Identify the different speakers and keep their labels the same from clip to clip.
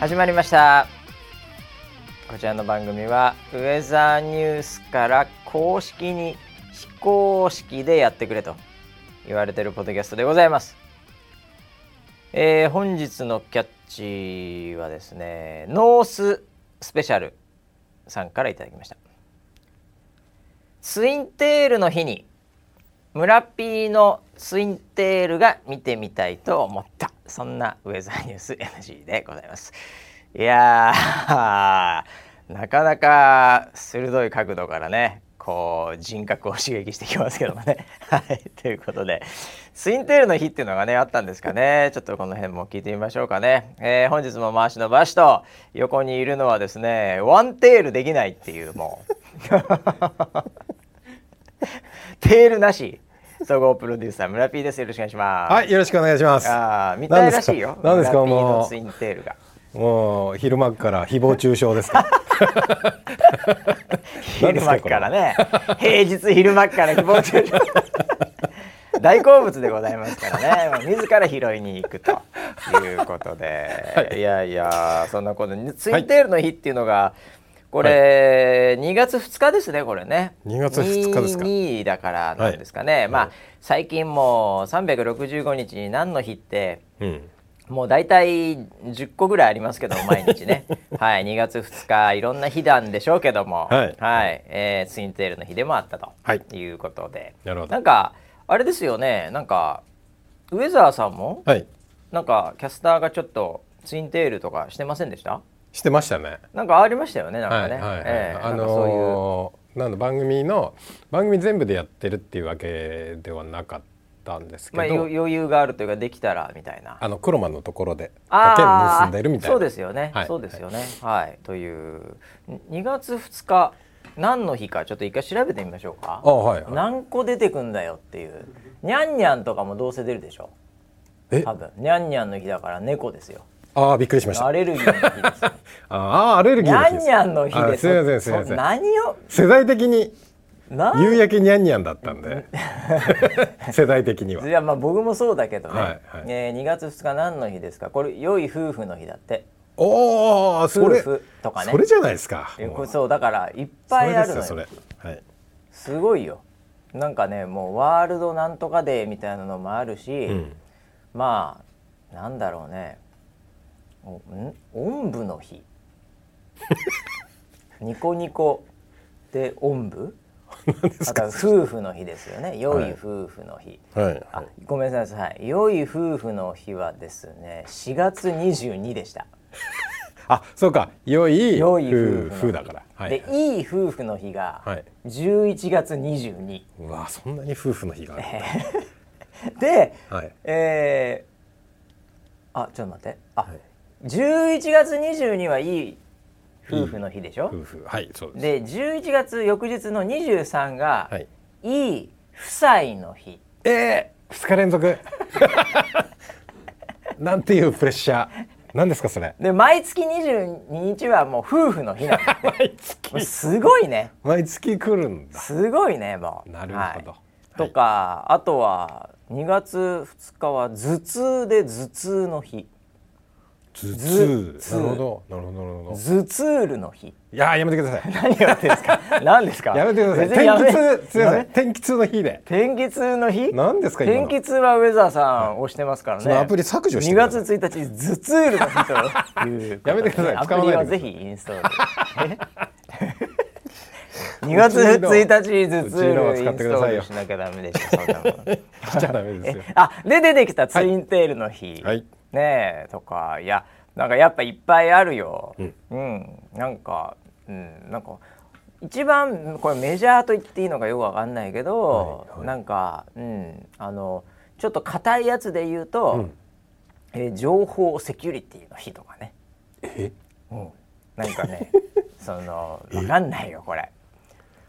Speaker 1: 始まりましたこちらの番組はウェザーニュースから公式に非公式でやってくれと言われてるポッドキャストでございます、えー本日のキャッチはですねノーススペシャルさんからいただきましたツインテールの日に村ピーのツインテールが見てみたいと思ったそんなウェザーニュース NG でございますいやーなかなか鋭い角度からねこう人格を刺激してきますけどもね。 はい、ということでツインテールの日っていうのがねあったんですかねちょっとこの辺も聞いてみましょうかね。えー本日も回しのばしと横にいるのはですねワンテールできないっていうもう。テールなし総合プロデューサー村 P ですよろしくお願いします。
Speaker 2: はい、よろしくお願いします。
Speaker 1: ああ見たいらしいよ。
Speaker 2: 何ですか
Speaker 1: 村 P の
Speaker 2: もう
Speaker 1: ツインテールが。
Speaker 2: もう昼間から誹謗中傷ですか。 何で
Speaker 1: 昼
Speaker 2: すか
Speaker 1: 間っからね平日昼間っから誹謗中傷大好物でございますからねも う自ら拾いに行くということで、い、やいやそんなことにツインテールの日っていうのがこれ、2月2日ですねこれね
Speaker 2: 2月2日ですか
Speaker 1: 22だからなんですかね、まあ最近もう365日に何の日って
Speaker 2: うん。
Speaker 1: もう大体10個ぐらいありますけ ど毎日ね、はい、2月2日いろんな日なんでしょうけども、
Speaker 2: はい
Speaker 1: えーツインテールの日でもあったと、
Speaker 2: はい
Speaker 1: いうことで
Speaker 2: なるほど
Speaker 1: んかあれですよねなんかウェザーさんも、
Speaker 2: はい。
Speaker 1: なんかキャスターがちょっとツインテールとかしてませんでした
Speaker 2: してましたね。
Speaker 1: なんかありましたよねなん
Speaker 2: は
Speaker 1: か
Speaker 2: い
Speaker 1: ね、
Speaker 2: はいはい。
Speaker 1: えー
Speaker 2: あ
Speaker 1: なんかそういう
Speaker 2: のーなんだ番組の番組全部でやってるっていうわけではなかったんですけ
Speaker 1: まあ、
Speaker 2: ど、
Speaker 1: 余余裕があるというかできたらみたいな
Speaker 2: あのクロマのところで
Speaker 1: あ
Speaker 2: だけ
Speaker 1: ー
Speaker 2: 結んでるみたいな。
Speaker 1: そうですよね、
Speaker 2: はい
Speaker 1: そうですよねはい、というん2月2日何の日かちょっと一回調べてみましょうか
Speaker 2: あはいはい
Speaker 1: 何個出てくんだよっていうにゃんにゃんとかもどうせ出るでしょ
Speaker 2: え
Speaker 1: 多分にゃんにゃんの日だから猫ですよ
Speaker 2: ああびっくりしました。
Speaker 1: ア
Speaker 2: あ
Speaker 1: レルギーの日 ですよ
Speaker 2: あーアレルギ
Speaker 1: に
Speaker 2: ーの
Speaker 1: ゃん
Speaker 2: 日で
Speaker 1: に
Speaker 2: す。
Speaker 1: ゃんの日です
Speaker 2: あすみませんすみま
Speaker 1: そ
Speaker 2: せん。
Speaker 1: 何を
Speaker 2: 世代的に
Speaker 1: 何。
Speaker 2: 夕焼けにゃんにゃんだったんで 世代的には い
Speaker 1: やまあ僕もそうだけどね、
Speaker 2: はいはい
Speaker 1: えー2月2日何の日ですかこれ良い夫婦の日だって
Speaker 2: おおそ
Speaker 1: 夫
Speaker 2: れ
Speaker 1: 婦とかね
Speaker 2: それじゃないですか。
Speaker 1: えこ
Speaker 2: も
Speaker 1: れ
Speaker 2: う
Speaker 1: そうだからいっぱいあるのよ
Speaker 2: それですよそれはい
Speaker 1: すごいよなんかねもうワールドなんとかデーみたいなのもあるし、
Speaker 2: うん
Speaker 1: まあなんだろうねおんおんぶの 日ニコニコでおんぶあとは夫婦の日ですよね良い夫婦の日、
Speaker 2: はい
Speaker 1: あごめんなさいはい良い夫婦の日はですね4月22でした
Speaker 2: あそうか良い
Speaker 1: 良い夫婦の
Speaker 2: 夫
Speaker 1: 日
Speaker 2: 婦だからはい
Speaker 1: でいい夫婦の日が
Speaker 2: はい
Speaker 1: 11月22、
Speaker 2: うわそんなに夫婦の日がある
Speaker 1: で、
Speaker 2: はい
Speaker 1: えーあちょっと待ってあ、11月22はいい夫婦の日でしょ
Speaker 2: 夫婦はいそうです
Speaker 1: で11月翌日の23が、
Speaker 2: はいい、
Speaker 1: い夫妻の日
Speaker 2: ええ二日連続 なんていうプレッシャーなんですかそれ
Speaker 1: で毎月22日はもう夫婦の日なんだ
Speaker 2: 毎月
Speaker 1: もうすごいね
Speaker 2: 毎月来るんだ
Speaker 1: すごいねもう
Speaker 2: なるほど
Speaker 1: はいとかあとは2月2日は頭痛で頭痛の日
Speaker 2: 頭
Speaker 1: ず
Speaker 2: 痛なるほどなるほどなるほど
Speaker 1: 頭痛るの日
Speaker 2: いやーやめてください
Speaker 1: 何やってんです か何ですか
Speaker 2: やめてください
Speaker 1: 別にやめ
Speaker 2: 天気痛すいませ
Speaker 1: や
Speaker 2: ん天気痛の日で
Speaker 1: め天気痛の日
Speaker 2: 何ですか今
Speaker 1: 天
Speaker 2: の
Speaker 1: 気痛はウェザーさん押してますからね、
Speaker 2: そのアプリ削除して
Speaker 1: 2
Speaker 2: くだ
Speaker 1: 月
Speaker 2: さい
Speaker 1: 1日頭痛るの日ということで
Speaker 2: やめてくださ い
Speaker 1: アプ
Speaker 2: 使わない
Speaker 1: リ
Speaker 2: で
Speaker 1: はぜひインス トール2月1日頭痛るインストールしなきゃダメでしょそんなもの
Speaker 2: 来ちゃダメですよ
Speaker 1: あで出てきたツインテールの日、
Speaker 2: はい
Speaker 1: ねえとかいやなんかやっぱいっぱいあるようん、なんかうんなんか一番これメジャーと言っていいのかよくわかんないけど、
Speaker 2: はいはい
Speaker 1: なんかうんあのちょっと硬いやつで言うと、えー情報セキュリティの日とかね
Speaker 2: え
Speaker 1: うんなんかねそのわかんないよこれ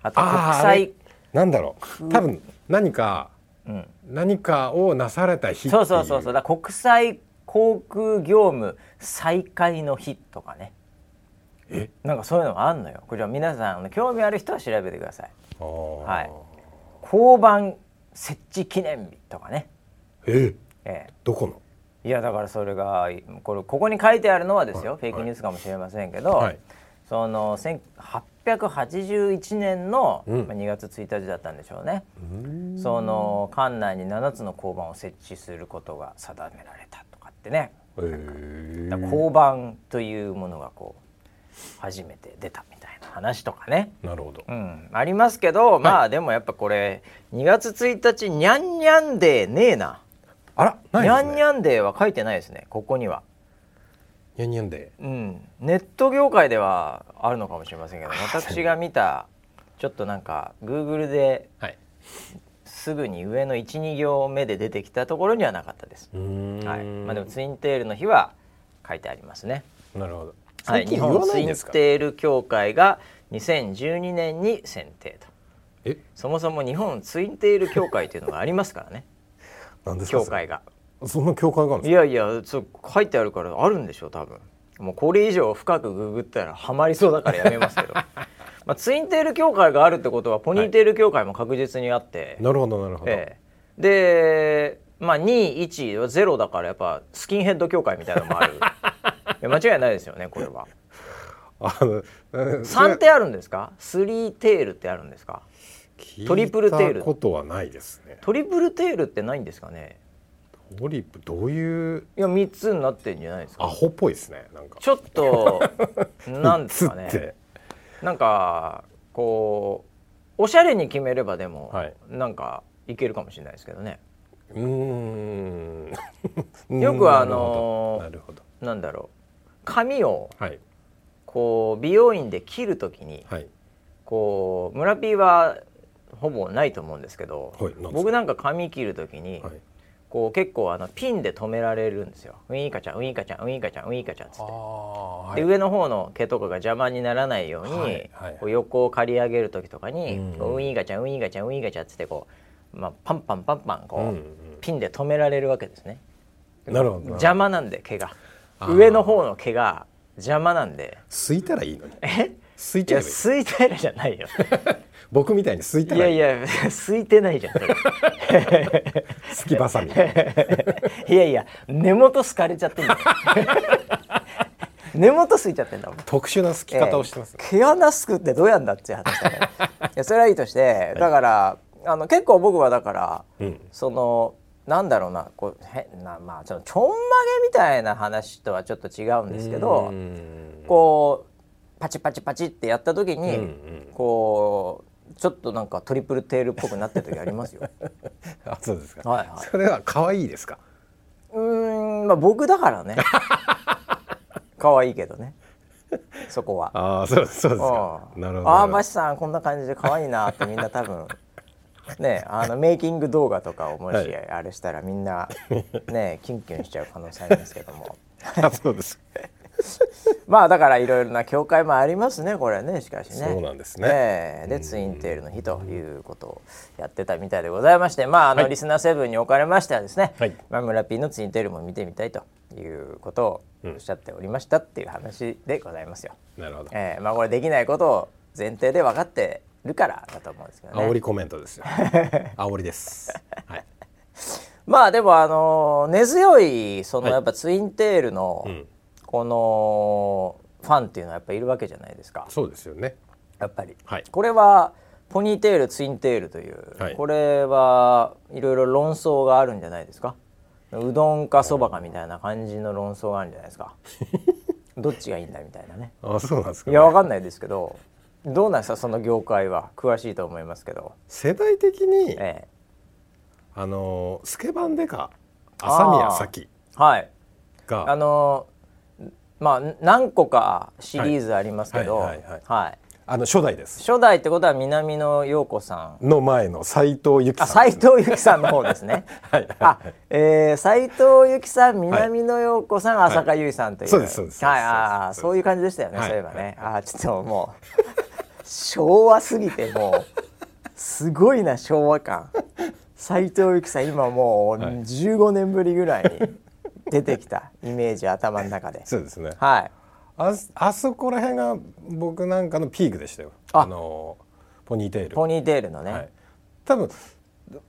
Speaker 1: あと
Speaker 2: あーあれ
Speaker 1: 国際
Speaker 2: なんだろう多分何か、
Speaker 1: ん
Speaker 2: 何かをなされた日ってい
Speaker 1: そうそうそうそううだから国際航空業務再開の日とかね
Speaker 2: え
Speaker 1: なんかそういうのがあんのよこれじゃあ皆さんあの興味ある人は調べてください
Speaker 2: あー
Speaker 1: はい交番設置記念日とかね、
Speaker 2: え
Speaker 1: え
Speaker 2: どこの
Speaker 1: えいやだからそれがこれここに書いてあるのはですよ、
Speaker 2: はい
Speaker 1: フェイクニュースかもしれませんけど、
Speaker 2: はい
Speaker 1: その1881年の、
Speaker 2: うん
Speaker 1: まあ2月1日だったんでしょうね、その館内に7つの交番を設置することが定められたとかってね
Speaker 2: へー
Speaker 1: だから交番というものがこう初めて出たみたいな話とかね、
Speaker 2: なるほど
Speaker 1: うん、ありますけどまあでもやっぱこれ2月1日にゃんにゃんデーねえな。
Speaker 2: あらない
Speaker 1: に
Speaker 2: で
Speaker 1: ゃ
Speaker 2: す
Speaker 1: ん
Speaker 2: ね
Speaker 1: にゃんデーは書いてないですねここには、
Speaker 2: にゃんにゃんで
Speaker 1: うん、ネット業界ではあるのかもしれませんけど私が見たちょっとなんか Google で
Speaker 2: はい
Speaker 1: すぐに上の12行目で出てきたところにはなかったです、
Speaker 2: うーん
Speaker 1: はいまあ、でもツインテールの日は書いてありますね、
Speaker 2: なるほど
Speaker 1: はい、
Speaker 2: 最近
Speaker 1: 日
Speaker 2: 言
Speaker 1: 本
Speaker 2: わ
Speaker 1: ツ
Speaker 2: ない
Speaker 1: イ
Speaker 2: ん
Speaker 1: ン
Speaker 2: ですか
Speaker 1: テール協会が2012年に選定と
Speaker 2: え
Speaker 1: そもそも日本ツインテール協会というのがありますからね
Speaker 2: なんですか
Speaker 1: 協
Speaker 2: それ
Speaker 1: 会が
Speaker 2: そんな教会があるん
Speaker 1: い
Speaker 2: です
Speaker 1: やいやそう書いてあるからあるんでしょ多分もうこれ以上深くググったらハマりそうだからやめますけ どまあツインテール協会があるってことはポニーテール協会も確実にあって、
Speaker 2: かなるほどなるほど
Speaker 1: ええ、でまあ21は0だからやっぱスキンヘッド協会みたいなの もあるいや間違いないですよねこれは
Speaker 2: あのうん
Speaker 1: 3ってあるんですか3テールってあるんですかトリプルテール
Speaker 2: 聞いたことはないですね
Speaker 1: トリプルテールってないんですかね
Speaker 2: トリプどういう
Speaker 1: いや3つになってんじゃないです
Speaker 2: ア
Speaker 1: か
Speaker 2: ホっぽいですねなんか
Speaker 1: ちょっ となんですか
Speaker 2: 三
Speaker 1: ね
Speaker 2: つって
Speaker 1: なんかこうおしゃれに決めればでも、
Speaker 2: はい
Speaker 1: なんかいけるかもしれないですけどね
Speaker 2: うーん
Speaker 1: よくあのー
Speaker 2: なるほど
Speaker 1: なんだろう髪を
Speaker 2: なる
Speaker 1: こう美容院で切るときに
Speaker 2: ほどはいはい
Speaker 1: こう村ピーはほぼないと思うんですけど、
Speaker 2: はいなんですか
Speaker 1: 僕なんか髪切るときに、
Speaker 2: はい
Speaker 1: こう結構あのピンで止められるんですよウィンカちゃんウィンカちゃんウィンカちゃんウィンカちゃんっつって
Speaker 2: あ、あは
Speaker 1: で上の方の毛とかが邪魔にならないように、
Speaker 2: はいはい
Speaker 1: こう横を刈り上げる時とかに、
Speaker 2: うん
Speaker 1: こうウィンガチャンウィンガチャンウィンガチャンっつってこう、まあ、パンパンパンパンこう、
Speaker 2: うんうん
Speaker 1: ピンで止められるわけですね
Speaker 2: なるほど
Speaker 1: 邪魔なんで毛が
Speaker 2: あー
Speaker 1: 上の方の毛が邪魔なんで
Speaker 2: 吸いたらいいのに
Speaker 1: え
Speaker 2: 吸い
Speaker 1: い
Speaker 2: ちゃ
Speaker 1: や
Speaker 2: えばいい
Speaker 1: 吸いたいじゃないよ
Speaker 2: 僕みたいに吸いた
Speaker 1: い
Speaker 2: ら
Speaker 1: や
Speaker 2: いい
Speaker 1: いや吸いてないじゃんそれ
Speaker 2: すきばさみ
Speaker 1: いやいや根元すかれちゃってんだよ 根元すいちゃってんだもん
Speaker 2: 特殊なすき方をしてますね、
Speaker 1: ええ毛穴すくってどうやんだっていう話だねいやそれはいいとしてだから、あの結構僕はだから、
Speaker 2: うん
Speaker 1: そのなんだろうなこう変なまあちょっとちょんまげみたいな話とはちょっと違うんですけど
Speaker 2: うーん
Speaker 1: こうパチパチパチってやった時に、
Speaker 2: うんうん
Speaker 1: こうちょっとなんかトリプルテールっぽくなってる時ありますよ。
Speaker 2: あそうですか、
Speaker 1: はいはい
Speaker 2: それ は可愛いですか
Speaker 1: うーんまあ僕だ からね可愛いけどねそこは。
Speaker 2: ああそうそうですか
Speaker 1: うん
Speaker 2: なるほど
Speaker 1: ああバシさんこんな感じで可愛いなってみんな多 分ねあのメイキング動画とかをもし
Speaker 2: はい
Speaker 1: あれしたらみんなねキュンキュンしちゃう可能性ありますけども
Speaker 2: あ そうです
Speaker 1: まあだからいろいろな教会もありますねこれはねしかしね
Speaker 2: そうなんですね
Speaker 1: ええでツインテールの日ということをやってたみたいでございましてまああの、
Speaker 2: はい
Speaker 1: リスナーセブンにおかれましてはですね、
Speaker 2: はい
Speaker 1: まあ、村ピーのツインテールも見てみたいということをおっしゃっておりましたっていう話でございますよ。
Speaker 2: なるほど
Speaker 1: ええまあこれできないことを前提で分かってるからだと思うんですけど
Speaker 2: 煽
Speaker 1: ね
Speaker 2: りコメントですよ煽りですはい
Speaker 1: まあでもあの根強いその
Speaker 2: はい
Speaker 1: やっぱツインテールの
Speaker 2: ん
Speaker 1: このファンっていうのはやっぱいるわけじゃないですか
Speaker 2: そうですよね
Speaker 1: やっぱり、
Speaker 2: はい
Speaker 1: これはポニーテールツインテールという、
Speaker 2: はい
Speaker 1: これはいろいろ論争があるんじゃないですかうどんかそばかみたいな感じの論争があるんじゃない ですかどっちがいいんだみたいなね
Speaker 2: あそうなんですか、
Speaker 1: いやわかんないですけどどうなんですかその業界は詳しいと思いますけど
Speaker 2: 世代的に、
Speaker 1: ええ
Speaker 2: あのスケバンデカ朝宮咲
Speaker 1: はいあ
Speaker 2: が
Speaker 1: のまあ何個かシリーズありますけど
Speaker 2: はいはいはいはい
Speaker 1: はい
Speaker 2: あの初代です
Speaker 1: 初代ってことは南野陽子さん
Speaker 2: の前の斎藤由貴
Speaker 1: あ
Speaker 2: さ
Speaker 1: 斉
Speaker 2: んですね、
Speaker 1: 藤由貴さんの方ですね
Speaker 2: はい
Speaker 1: あ、えー、斉藤由貴さん南野陽子さん、浅香唯さんという
Speaker 2: そうですそうです
Speaker 1: はい
Speaker 2: そうです
Speaker 1: あー
Speaker 2: そうです
Speaker 1: そういう感じでしたよね、
Speaker 2: はい
Speaker 1: そういえばね、あーちょっともう昭和すぎてもうすごいな昭和感斉藤由貴さん今もう
Speaker 2: はい
Speaker 1: 15年ぶりぐらいに出てきたイメージ頭の中で
Speaker 2: そうですね
Speaker 1: はい
Speaker 2: ああそこら辺が僕なんかのピークでしたよ
Speaker 1: あ
Speaker 2: あのポニーテール
Speaker 1: ポニーテールのね、
Speaker 2: はい、多分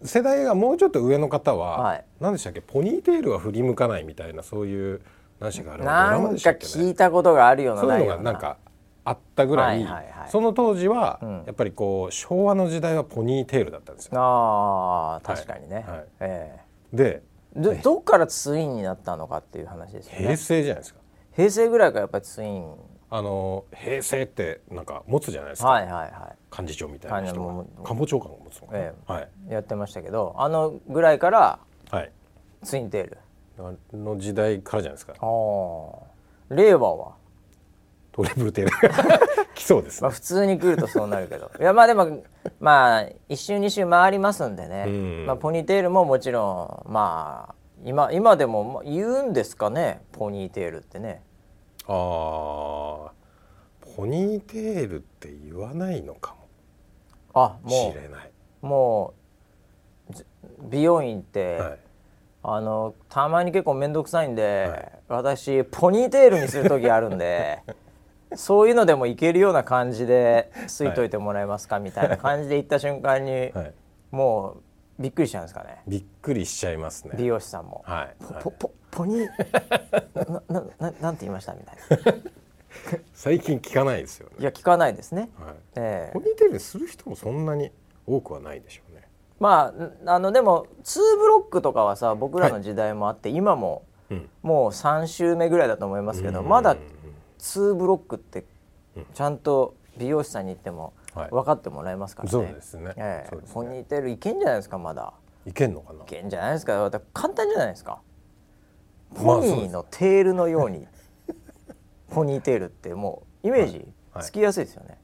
Speaker 2: 世代がもうちょっと上の方は、
Speaker 1: はい
Speaker 2: 何でしたっけポニーテールは振り向かないみたいなそういう何でしたっけあれはド
Speaker 1: な
Speaker 2: ラマ
Speaker 1: ん
Speaker 2: でし
Speaker 1: か
Speaker 2: たっけ、ね、
Speaker 1: 聞いたことがあるような
Speaker 2: そう
Speaker 1: ないいう
Speaker 2: の
Speaker 1: よ
Speaker 2: が
Speaker 1: う
Speaker 2: な
Speaker 1: なん
Speaker 2: かあったぐら
Speaker 1: は
Speaker 2: い,、
Speaker 1: いはいはい
Speaker 2: その当時は、
Speaker 1: うん
Speaker 2: やっぱりこう昭和の時代はポニーテールだったんですよ。
Speaker 1: あー確かにね、
Speaker 2: はい
Speaker 1: え
Speaker 2: で
Speaker 1: えどどっからツインになったのかっていう話ですよ
Speaker 2: 平
Speaker 1: ね
Speaker 2: 成じゃないですか。
Speaker 1: 平成ぐらいからやっぱりツイン
Speaker 2: あの平成ってなんか持つじゃないですか、
Speaker 1: はいはいは
Speaker 2: 幹事長みたいな
Speaker 1: は
Speaker 2: 人
Speaker 1: いも
Speaker 2: が
Speaker 1: うもう
Speaker 2: 官房長官が持つのかな、
Speaker 1: え
Speaker 2: はい
Speaker 1: いやってましたけどあのぐらいから
Speaker 2: はい
Speaker 1: ツインテール
Speaker 2: あの時代からじゃないですか
Speaker 1: あー令和は、
Speaker 2: トリプルテ ールが来そうです
Speaker 1: まあ、
Speaker 2: ね
Speaker 1: 普通に来るとそうなるけ どいやまあでもまあ一周二周回りますんでね、
Speaker 2: うん
Speaker 1: まあ、ポニーテールももちろんまあ今今でもまあ言うんですかねポニーテールってね
Speaker 2: あーポニーテールって言わないのか
Speaker 1: あ
Speaker 2: もし
Speaker 1: もう
Speaker 2: れない
Speaker 1: もうず美容院って、
Speaker 2: はい
Speaker 1: あのたまに結構面倒くさいんで、
Speaker 2: はい
Speaker 1: 私ポニーテールにする時あるん でそういうのでもいけるような感じで「すいといてもらえますか」みたいな感じで行った瞬間に、
Speaker 2: はい
Speaker 1: もうびっくりしたんですかね
Speaker 2: びっくりしちゃいますね
Speaker 1: 美容師さんも。
Speaker 2: はい、はい
Speaker 1: ポポポニーななななんて言いましたみたいな。
Speaker 2: 最近聞かないですよね
Speaker 1: いや聞かないですね。
Speaker 2: はい
Speaker 1: ええ
Speaker 2: ポニーテールにする人もそんなに多くはないでしょうね
Speaker 1: まああのでも2ブロックとかはさ僕らの時代もあって、今も
Speaker 2: うん
Speaker 1: もう3週目ぐらいだと思いますけど、まだ2ブロックってちゃんと美容師さんに行っても
Speaker 2: はい
Speaker 1: 分かってもらえますからね。
Speaker 2: そうですね
Speaker 1: ええ
Speaker 2: そうですね
Speaker 1: ポニーテールいけんじゃないですかまだ。
Speaker 2: いけんのかない
Speaker 1: けんじゃないですかだって簡単じゃないですか。
Speaker 2: まあ
Speaker 1: ポニーのテールのよ うにポニーテールってもうイメージ
Speaker 2: はい
Speaker 1: つきやすいですよね。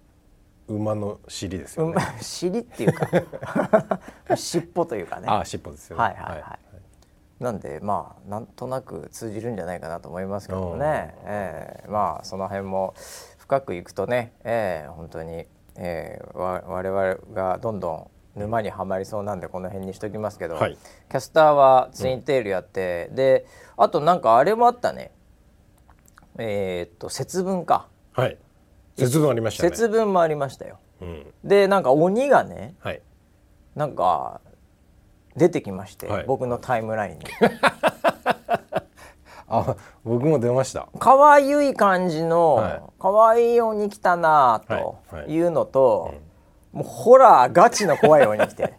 Speaker 2: 馬の尻です
Speaker 1: う
Speaker 2: よ
Speaker 1: ん
Speaker 2: ね、
Speaker 1: 尻っていう か尻尾というかね。
Speaker 2: あ尻尾ですよね
Speaker 1: はいはいはいなんでまあなんとなく通じるんじゃないかなと思いますけども
Speaker 2: うん
Speaker 1: ね、ええまあその辺も深くいくとね、ええ本当に、ええわ我々がどんどん沼にはまりそうなんでこの辺にしときますけど、
Speaker 2: はい
Speaker 1: キャスターはツインテールやって、であとなんかあれもあったねえーっと節分か
Speaker 2: はい、はい、節分ありましたね
Speaker 1: 節分もありましたよ
Speaker 2: うん
Speaker 1: でなんか鬼がね
Speaker 2: はい
Speaker 1: なんか出てきまして、
Speaker 2: はい
Speaker 1: 僕のタイムラインに
Speaker 2: あ僕も出ました
Speaker 1: 可愛い感じ
Speaker 2: はい
Speaker 1: の可愛い鬼来たなあと
Speaker 2: はいはい
Speaker 1: いうのと、もうホラーガチの怖い鬼来て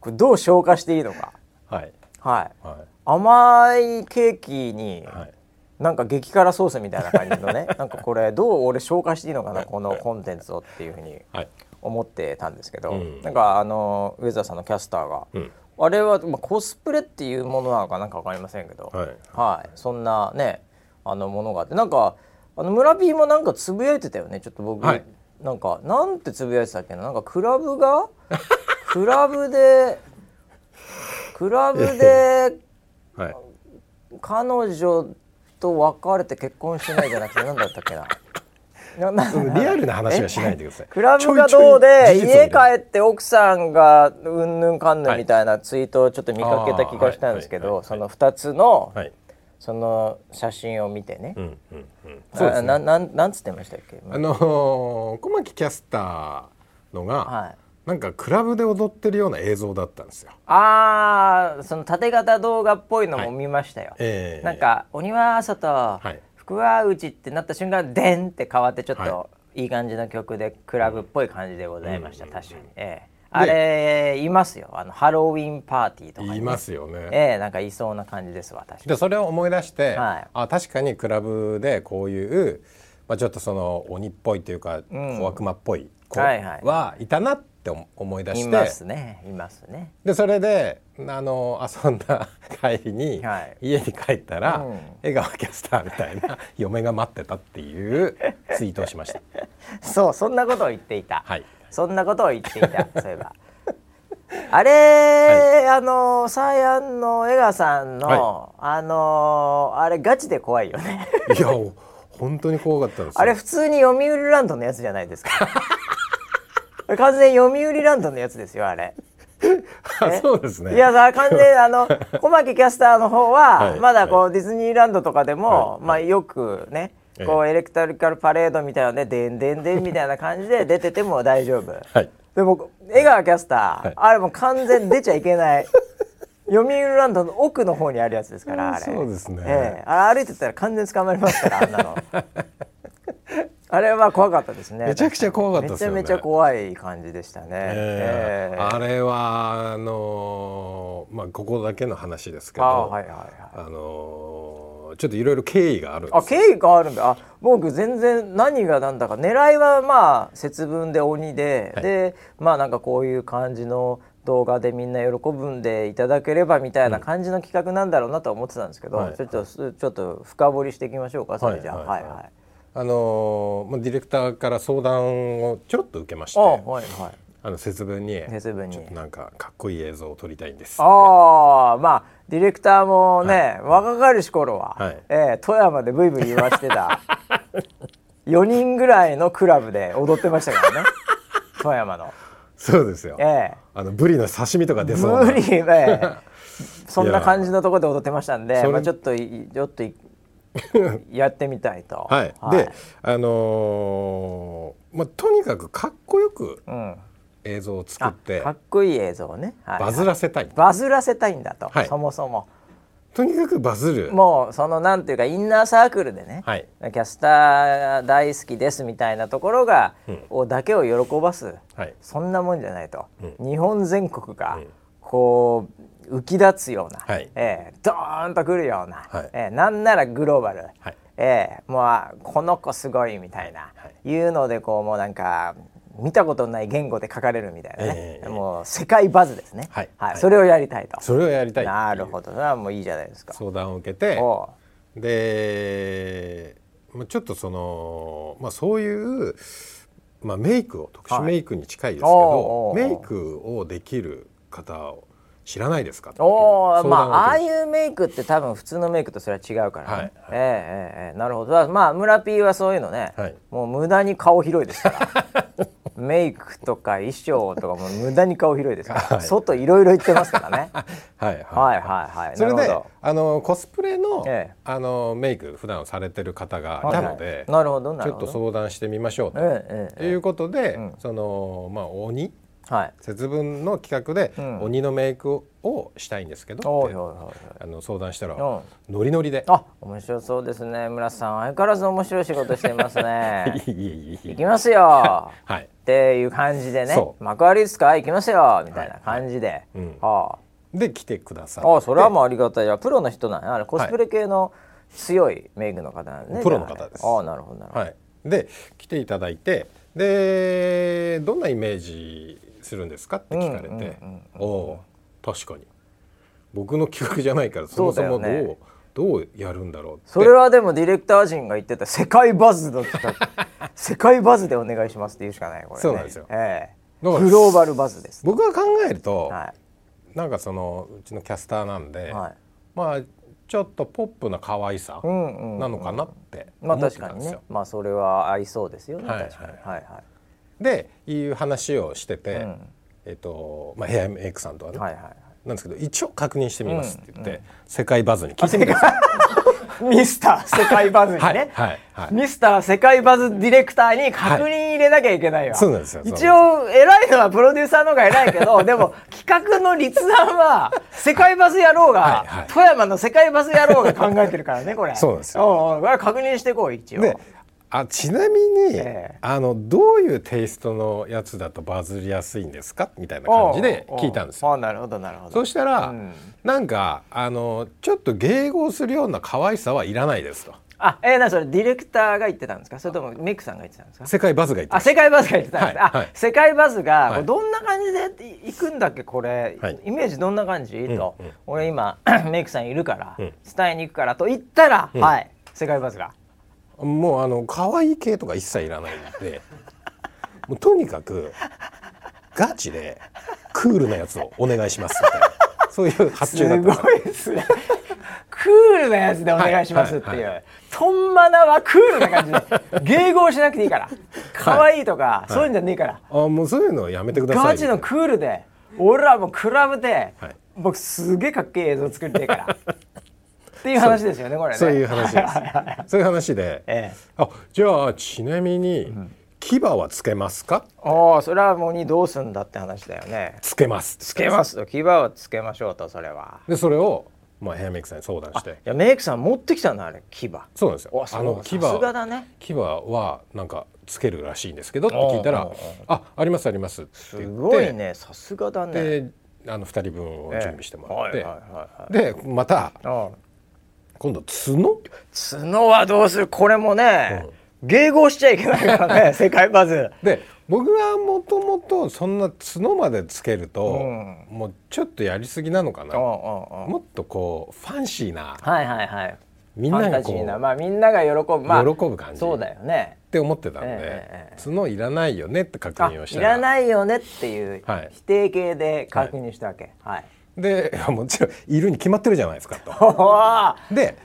Speaker 1: これどう消化していいのか
Speaker 2: はい
Speaker 1: はい
Speaker 2: は
Speaker 1: 甘いケーキに
Speaker 2: いはい
Speaker 1: なんか激辛ソースみたいな感じのねなんかこれどう俺消化していいのかなこのコンテンツをっていうふうに
Speaker 2: はい
Speaker 1: 思ってたんですけど、
Speaker 2: うん
Speaker 1: なんかあのウェザーさんのキャスターが、
Speaker 2: うん
Speaker 1: あれは、まあ、コスプレっていうものなのかなんか分かりませんけど、
Speaker 2: はい
Speaker 1: はいそんなねあのものがあってなんかあの村 P もなんかつぶやいてたよねちょっと僕、
Speaker 2: はい
Speaker 1: なんかなんてつぶやいてたっけななんかクラブ がクラブでクラブで
Speaker 2: はい
Speaker 1: 彼女と別れて結婚してないじゃなくて何だったっけななな
Speaker 2: リアルな話はしないでください
Speaker 1: クラブがどうで
Speaker 2: ちょ
Speaker 1: 家
Speaker 2: いちょい事実を入れる
Speaker 1: 帰って奥さんがうんぬんかんぬんみたいなツイートをちょっと見かけた気がしたんですけ
Speaker 2: あーは
Speaker 1: ど
Speaker 2: い
Speaker 1: その2つの
Speaker 2: はい
Speaker 1: その写真を見てね
Speaker 2: うんうんうんそう
Speaker 1: な
Speaker 2: ですね
Speaker 1: ななんなんつってましたっけ
Speaker 2: あのー小牧キャスターのが、
Speaker 1: はい
Speaker 2: なんかクラブで踊ってるような映像だったんですよ
Speaker 1: あーその縦型動画っぽいのも見ましたよ
Speaker 2: ええ
Speaker 1: なんか「鬼は外
Speaker 2: はい
Speaker 1: 福は内」ってなった瞬間でんって変わってちょっ
Speaker 2: は
Speaker 1: といい感じの曲でクラブっぽい感じでございました確かにええあれいますよあのハロウィンパーティーとかにね
Speaker 2: 言いますよね、
Speaker 1: ええなんかいそうな感じですわ確かに。
Speaker 2: でそれを思い出して、
Speaker 1: はい
Speaker 2: あ確かにクラブでこういう、まあ、ちょっとその鬼っぽいというか、小悪魔っぽい子
Speaker 1: はいはい
Speaker 2: はいたなって思い出
Speaker 1: い
Speaker 2: して、
Speaker 1: ますねいますね。
Speaker 2: でそれであの遊んだ帰りに、
Speaker 1: はい
Speaker 2: 家に帰ったら、
Speaker 1: うん
Speaker 2: 江川キャスターみたいな嫁が待ってたっていうツイートをしました。
Speaker 1: そうそんなことを言っていた。
Speaker 2: はい
Speaker 1: そんなことを言ってい たそういえば。あれ、あのサイアンの江川さんの、あのあれガチで怖いよ ね。
Speaker 2: いやお本当に怖かったんですよ。
Speaker 1: あれ普通に読売ランドのやつじゃないですか。 完全に読売ランドのやつですよあれ。
Speaker 2: あ そうですね。
Speaker 1: いやだ完全にあ の小牧キャスターの方は、
Speaker 2: はい
Speaker 1: まだこう、ディズニーランドとかでも、
Speaker 2: はい
Speaker 1: まあよくね
Speaker 2: え え
Speaker 1: こうエレクトリカルパレードみたいなねでんでんでんみたいな感じで出てても大丈夫
Speaker 2: はい
Speaker 1: でも江川キャスター、
Speaker 2: はい
Speaker 1: あれもう完全に出ちゃいけ ない読売ランドの奥の方にあるやつですからあれ
Speaker 2: そうですね
Speaker 1: ええあれ歩いてたら完全に捕まりますからあんなの あれは怖かったですね
Speaker 2: めちゃくちゃ怖かったですよね
Speaker 1: めちゃめちゃ怖い感じでしたね、
Speaker 2: え
Speaker 1: え
Speaker 2: え
Speaker 1: え
Speaker 2: あれはあのーまあここだけの話ですけど
Speaker 1: あはいはいはい
Speaker 2: あのーちょっといろいろ経緯があるんで
Speaker 1: あ
Speaker 2: す
Speaker 1: 経緯があるんだあ僕全然何が何だか狙いはまあ節分で鬼で、
Speaker 2: はい
Speaker 1: でまあなんかこういう感じの動画でみんな喜ぶんでいただければみたいな感じの企画なんだろうなとは思ってたんですけど、
Speaker 2: はい
Speaker 1: ちょっとすちょっと深掘りしていきましょうかそれじゃあ
Speaker 2: はい
Speaker 1: は
Speaker 2: はいい
Speaker 1: は
Speaker 2: はいい
Speaker 1: はい
Speaker 2: あのーまあディレクターから相談をちょろっと受けまして
Speaker 1: あはいはい
Speaker 2: あの節分に
Speaker 1: 節分に
Speaker 2: ちょっとなんかかっこいい映像を撮りたいんです
Speaker 1: ああまあディレクターもね、若かりし頃は、
Speaker 2: はい
Speaker 1: ええ富山でブイブイ言わしてた4人ぐらいのクラブで踊ってましたからね富山の。
Speaker 2: そうですよ
Speaker 1: ええ
Speaker 2: あのブリの刺身とか出そう
Speaker 1: 無
Speaker 2: な
Speaker 1: 理ね そんな感じのところで踊ってましたんで
Speaker 2: それ
Speaker 1: まあ、ちょっといちょっ といやってみたいと
Speaker 2: はい、であのーまあとにかくかっこよく
Speaker 1: うん、
Speaker 2: 映像を作
Speaker 1: あ
Speaker 2: って
Speaker 1: かっこいい映像をね、はい
Speaker 2: バズらせたい
Speaker 1: バズらせたいんだと、
Speaker 2: はい
Speaker 1: そもそも
Speaker 2: とにかくバズる
Speaker 1: もうそのなんていうかインナーサークルでね、
Speaker 2: はい
Speaker 1: キャスター大好きですみたいなところが、をだけを喜ばす、
Speaker 2: はい
Speaker 1: そんなもんじゃないと、日本全国がこう浮き立つような、
Speaker 2: はい
Speaker 1: ええドーンとくるような、
Speaker 2: はい
Speaker 1: ええなんならグローバル、
Speaker 2: はい
Speaker 1: ええもうあこの子すごいみたいな、い、うのでこうもうなんか見たことのない言語で書かれるみたいなね
Speaker 2: え、え
Speaker 1: もう世界バズですね、
Speaker 2: はいはい
Speaker 1: それをやりたいと。
Speaker 2: それをやりたいっていう
Speaker 1: なるほどそれはもういいじゃないですか。
Speaker 2: 相談を受けて
Speaker 1: お
Speaker 2: でまあちょっとその、まあ、そういう、まあ、メイクを特殊メイクに近いですけど、
Speaker 1: おうおうおう
Speaker 2: メイクをできる方を知らないですかって
Speaker 1: う
Speaker 2: いう
Speaker 1: おーまあああ
Speaker 2: 受け
Speaker 1: いうメイクって多分普通のメイクとそれは違うからね、
Speaker 2: はいはい
Speaker 1: ええええええなるほどだからまあ村 P はそういうのね、
Speaker 2: はい
Speaker 1: もう無駄に顔広いですから メイクとか衣装とかも無駄に顔広いですから、
Speaker 2: はい
Speaker 1: 外いろいろ行ってますからね
Speaker 2: はいは
Speaker 1: は
Speaker 2: い、
Speaker 1: いはいはい
Speaker 2: それ
Speaker 1: なる
Speaker 2: で
Speaker 1: ほど
Speaker 2: あのコスプレの,、
Speaker 1: ええ
Speaker 2: あのメイク普段されてる方がい
Speaker 1: は
Speaker 2: た
Speaker 1: いはい
Speaker 2: ので、
Speaker 1: なるほどな
Speaker 2: ち
Speaker 1: る
Speaker 2: ょっ
Speaker 1: ほ
Speaker 2: と
Speaker 1: ど
Speaker 2: 相談してみましょうと,、
Speaker 1: ええええええ
Speaker 2: いうことで、そのまあ鬼
Speaker 1: はい
Speaker 2: 節分の企画で、
Speaker 1: ん
Speaker 2: 鬼のメイクをしたいんですけど
Speaker 1: お
Speaker 2: っ
Speaker 1: いおい
Speaker 2: て
Speaker 1: おい
Speaker 2: あの相談したら、
Speaker 1: うん
Speaker 2: ノリノリで
Speaker 1: あ面白そうですね村瀬さん相変わらず面白い仕事していますね
Speaker 2: いえいえい
Speaker 1: 行
Speaker 2: え
Speaker 1: きますよ
Speaker 2: はい
Speaker 1: っていう感じでね
Speaker 2: そ
Speaker 1: 「幕張ですか行きますよ」みたいな感じで、
Speaker 2: うん
Speaker 1: は
Speaker 2: で来てくださ
Speaker 1: あ、ああそれは
Speaker 2: う
Speaker 1: もうありがたいやプロの人なんやあれコスプレ系の強いメイクの方なんで、ね
Speaker 2: プロの方です
Speaker 1: じゃあああなるほどなるほど、
Speaker 2: はいで来ていただいてでどんなイメージするんですかって聞かれて、おおー確かに僕の企画じゃないからそもそも
Speaker 1: そう
Speaker 2: ど
Speaker 1: だ
Speaker 2: う
Speaker 1: よね
Speaker 2: どうやるんだろうって
Speaker 1: それはでもディレクター陣が言ってた「世界バズの企画世界バズでお願いします」って言うしかないこれ、ね、
Speaker 2: そうなんですよ
Speaker 1: ええ
Speaker 2: だから
Speaker 1: グローバルバズです
Speaker 2: 僕が考えると、
Speaker 1: は
Speaker 2: なんかそのうちのキャスターなんで、
Speaker 1: い、はい、
Speaker 2: まあちょっとポップな可愛さ
Speaker 1: んうんうん
Speaker 2: なのかなって
Speaker 1: ま
Speaker 2: 思
Speaker 1: あ
Speaker 2: っ
Speaker 1: 確
Speaker 2: て
Speaker 1: か
Speaker 2: たん
Speaker 1: に
Speaker 2: ですよ。
Speaker 1: ねまあそれは合いそうですよね、
Speaker 2: はい
Speaker 1: 確かにはいはい
Speaker 2: でいう話をしてて、
Speaker 1: ん
Speaker 2: えっとまあ、ヘアメイクさんとはね、
Speaker 1: はい はいはい
Speaker 2: なんですけど一応確認してみますって言って、世界バズに聞いてみてください。
Speaker 1: ミスター世界バズにね、
Speaker 2: はいはいはい
Speaker 1: ミスター世界バズディレクターに確認入れなきゃいけないわ、
Speaker 2: はいそうなんですよ
Speaker 1: 一応偉いのはプロデューサーの方が偉いけ どでも企画の立案は世界バズ野郎が、
Speaker 2: はいはい
Speaker 1: 富山の世界バズ野郎が考えてるからねこれ
Speaker 2: そうなんですよ
Speaker 1: おうおうこれ確認していこう一応
Speaker 2: であちなみに、
Speaker 1: ええ
Speaker 2: あのどういうテイストのやつだとバズりやすいんですかみたいな感じで聞いたんですよ。
Speaker 1: よあなるほどなるほど
Speaker 2: そうしたら、
Speaker 1: うん
Speaker 2: なんかあのちょっと迎合するような可愛さはいらないですと
Speaker 1: あえー、なそれディレクターが言ってたんですかそれともメイクさんが言ってたんですか
Speaker 2: 世界バズが言ってま
Speaker 1: あ
Speaker 2: す
Speaker 1: 世界バズが言ってたんです、
Speaker 2: はい
Speaker 1: あ
Speaker 2: はい
Speaker 1: 世界バズが、
Speaker 2: はい
Speaker 1: どんな感じで行くんだっけこれ、
Speaker 2: はい
Speaker 1: イメージどんな感じ、と、俺今 メイクさんいるから、伝えに行くからと言ったら、はい世界バズが
Speaker 2: もうあの可愛い系とか一切いらないんで もうとにかくガチでクールなやつをお願いしますみたいなそういう発
Speaker 1: す
Speaker 2: 注だった
Speaker 1: ごいですね クールなやつでお願いしますっていう、
Speaker 2: はいはい
Speaker 1: とんまなはクールな感じで 迎合しなくていいから可愛いとか、そういうんじゃねえから、
Speaker 2: あもうそういうのやめてください
Speaker 1: ガチのクールで俺らもクラブで、
Speaker 2: はい
Speaker 1: 僕すげえかっけえ映像作りてえから っていう話ですよねこれね
Speaker 2: そういう話ですそういう話で、
Speaker 1: ええ
Speaker 2: あじゃあちなみに、企牙はつけますか
Speaker 1: ああそれはもうにどうすんだって話だよね
Speaker 2: つけます
Speaker 1: つけますと牙はつけましょうとそれは
Speaker 2: でそれをまあヘアメイクさんに相談し
Speaker 1: い
Speaker 2: て
Speaker 1: やメイクさん持ってきたのあれ牙
Speaker 2: そうなんです
Speaker 1: お
Speaker 2: よ
Speaker 1: そ
Speaker 2: あ
Speaker 1: う
Speaker 2: の牙
Speaker 1: さすがだね
Speaker 2: 牙はなんかつけるらしいんですけどって聞いた
Speaker 1: おう
Speaker 2: ら
Speaker 1: おうおう
Speaker 2: 「あありますあります」って
Speaker 1: す
Speaker 2: 言って
Speaker 1: ごいねさすがだね
Speaker 2: であの2人分を準備してもらって、
Speaker 1: ええはいはいはいはい
Speaker 2: でまた
Speaker 1: ああ
Speaker 2: 今度角
Speaker 1: 角はどうするこれもね、迎合しちゃいけないから ね世界バズ
Speaker 2: で僕はもともとそんな角までつけると、
Speaker 1: うん
Speaker 2: もうちょっとやりすぎなのか
Speaker 1: うんうん
Speaker 2: な
Speaker 1: うん
Speaker 2: もっとこうファンシーな
Speaker 1: はいはいはい
Speaker 2: みんな
Speaker 1: ファ
Speaker 2: が
Speaker 1: ンタジ
Speaker 2: こ
Speaker 1: ーな
Speaker 2: う
Speaker 1: まあみんなが喜ぶまあ
Speaker 2: 喜ぶ感じ
Speaker 1: そうだよね
Speaker 2: って思ってたんで、
Speaker 1: ええええ
Speaker 2: 角いらないよねって確
Speaker 1: あ
Speaker 2: 認をし
Speaker 1: い
Speaker 2: たら
Speaker 1: らないよねっていう
Speaker 2: はい
Speaker 1: 否定形で確認したわけはい、
Speaker 2: でいやもちろんいるに決まってるじゃないですかと。
Speaker 1: おお
Speaker 2: で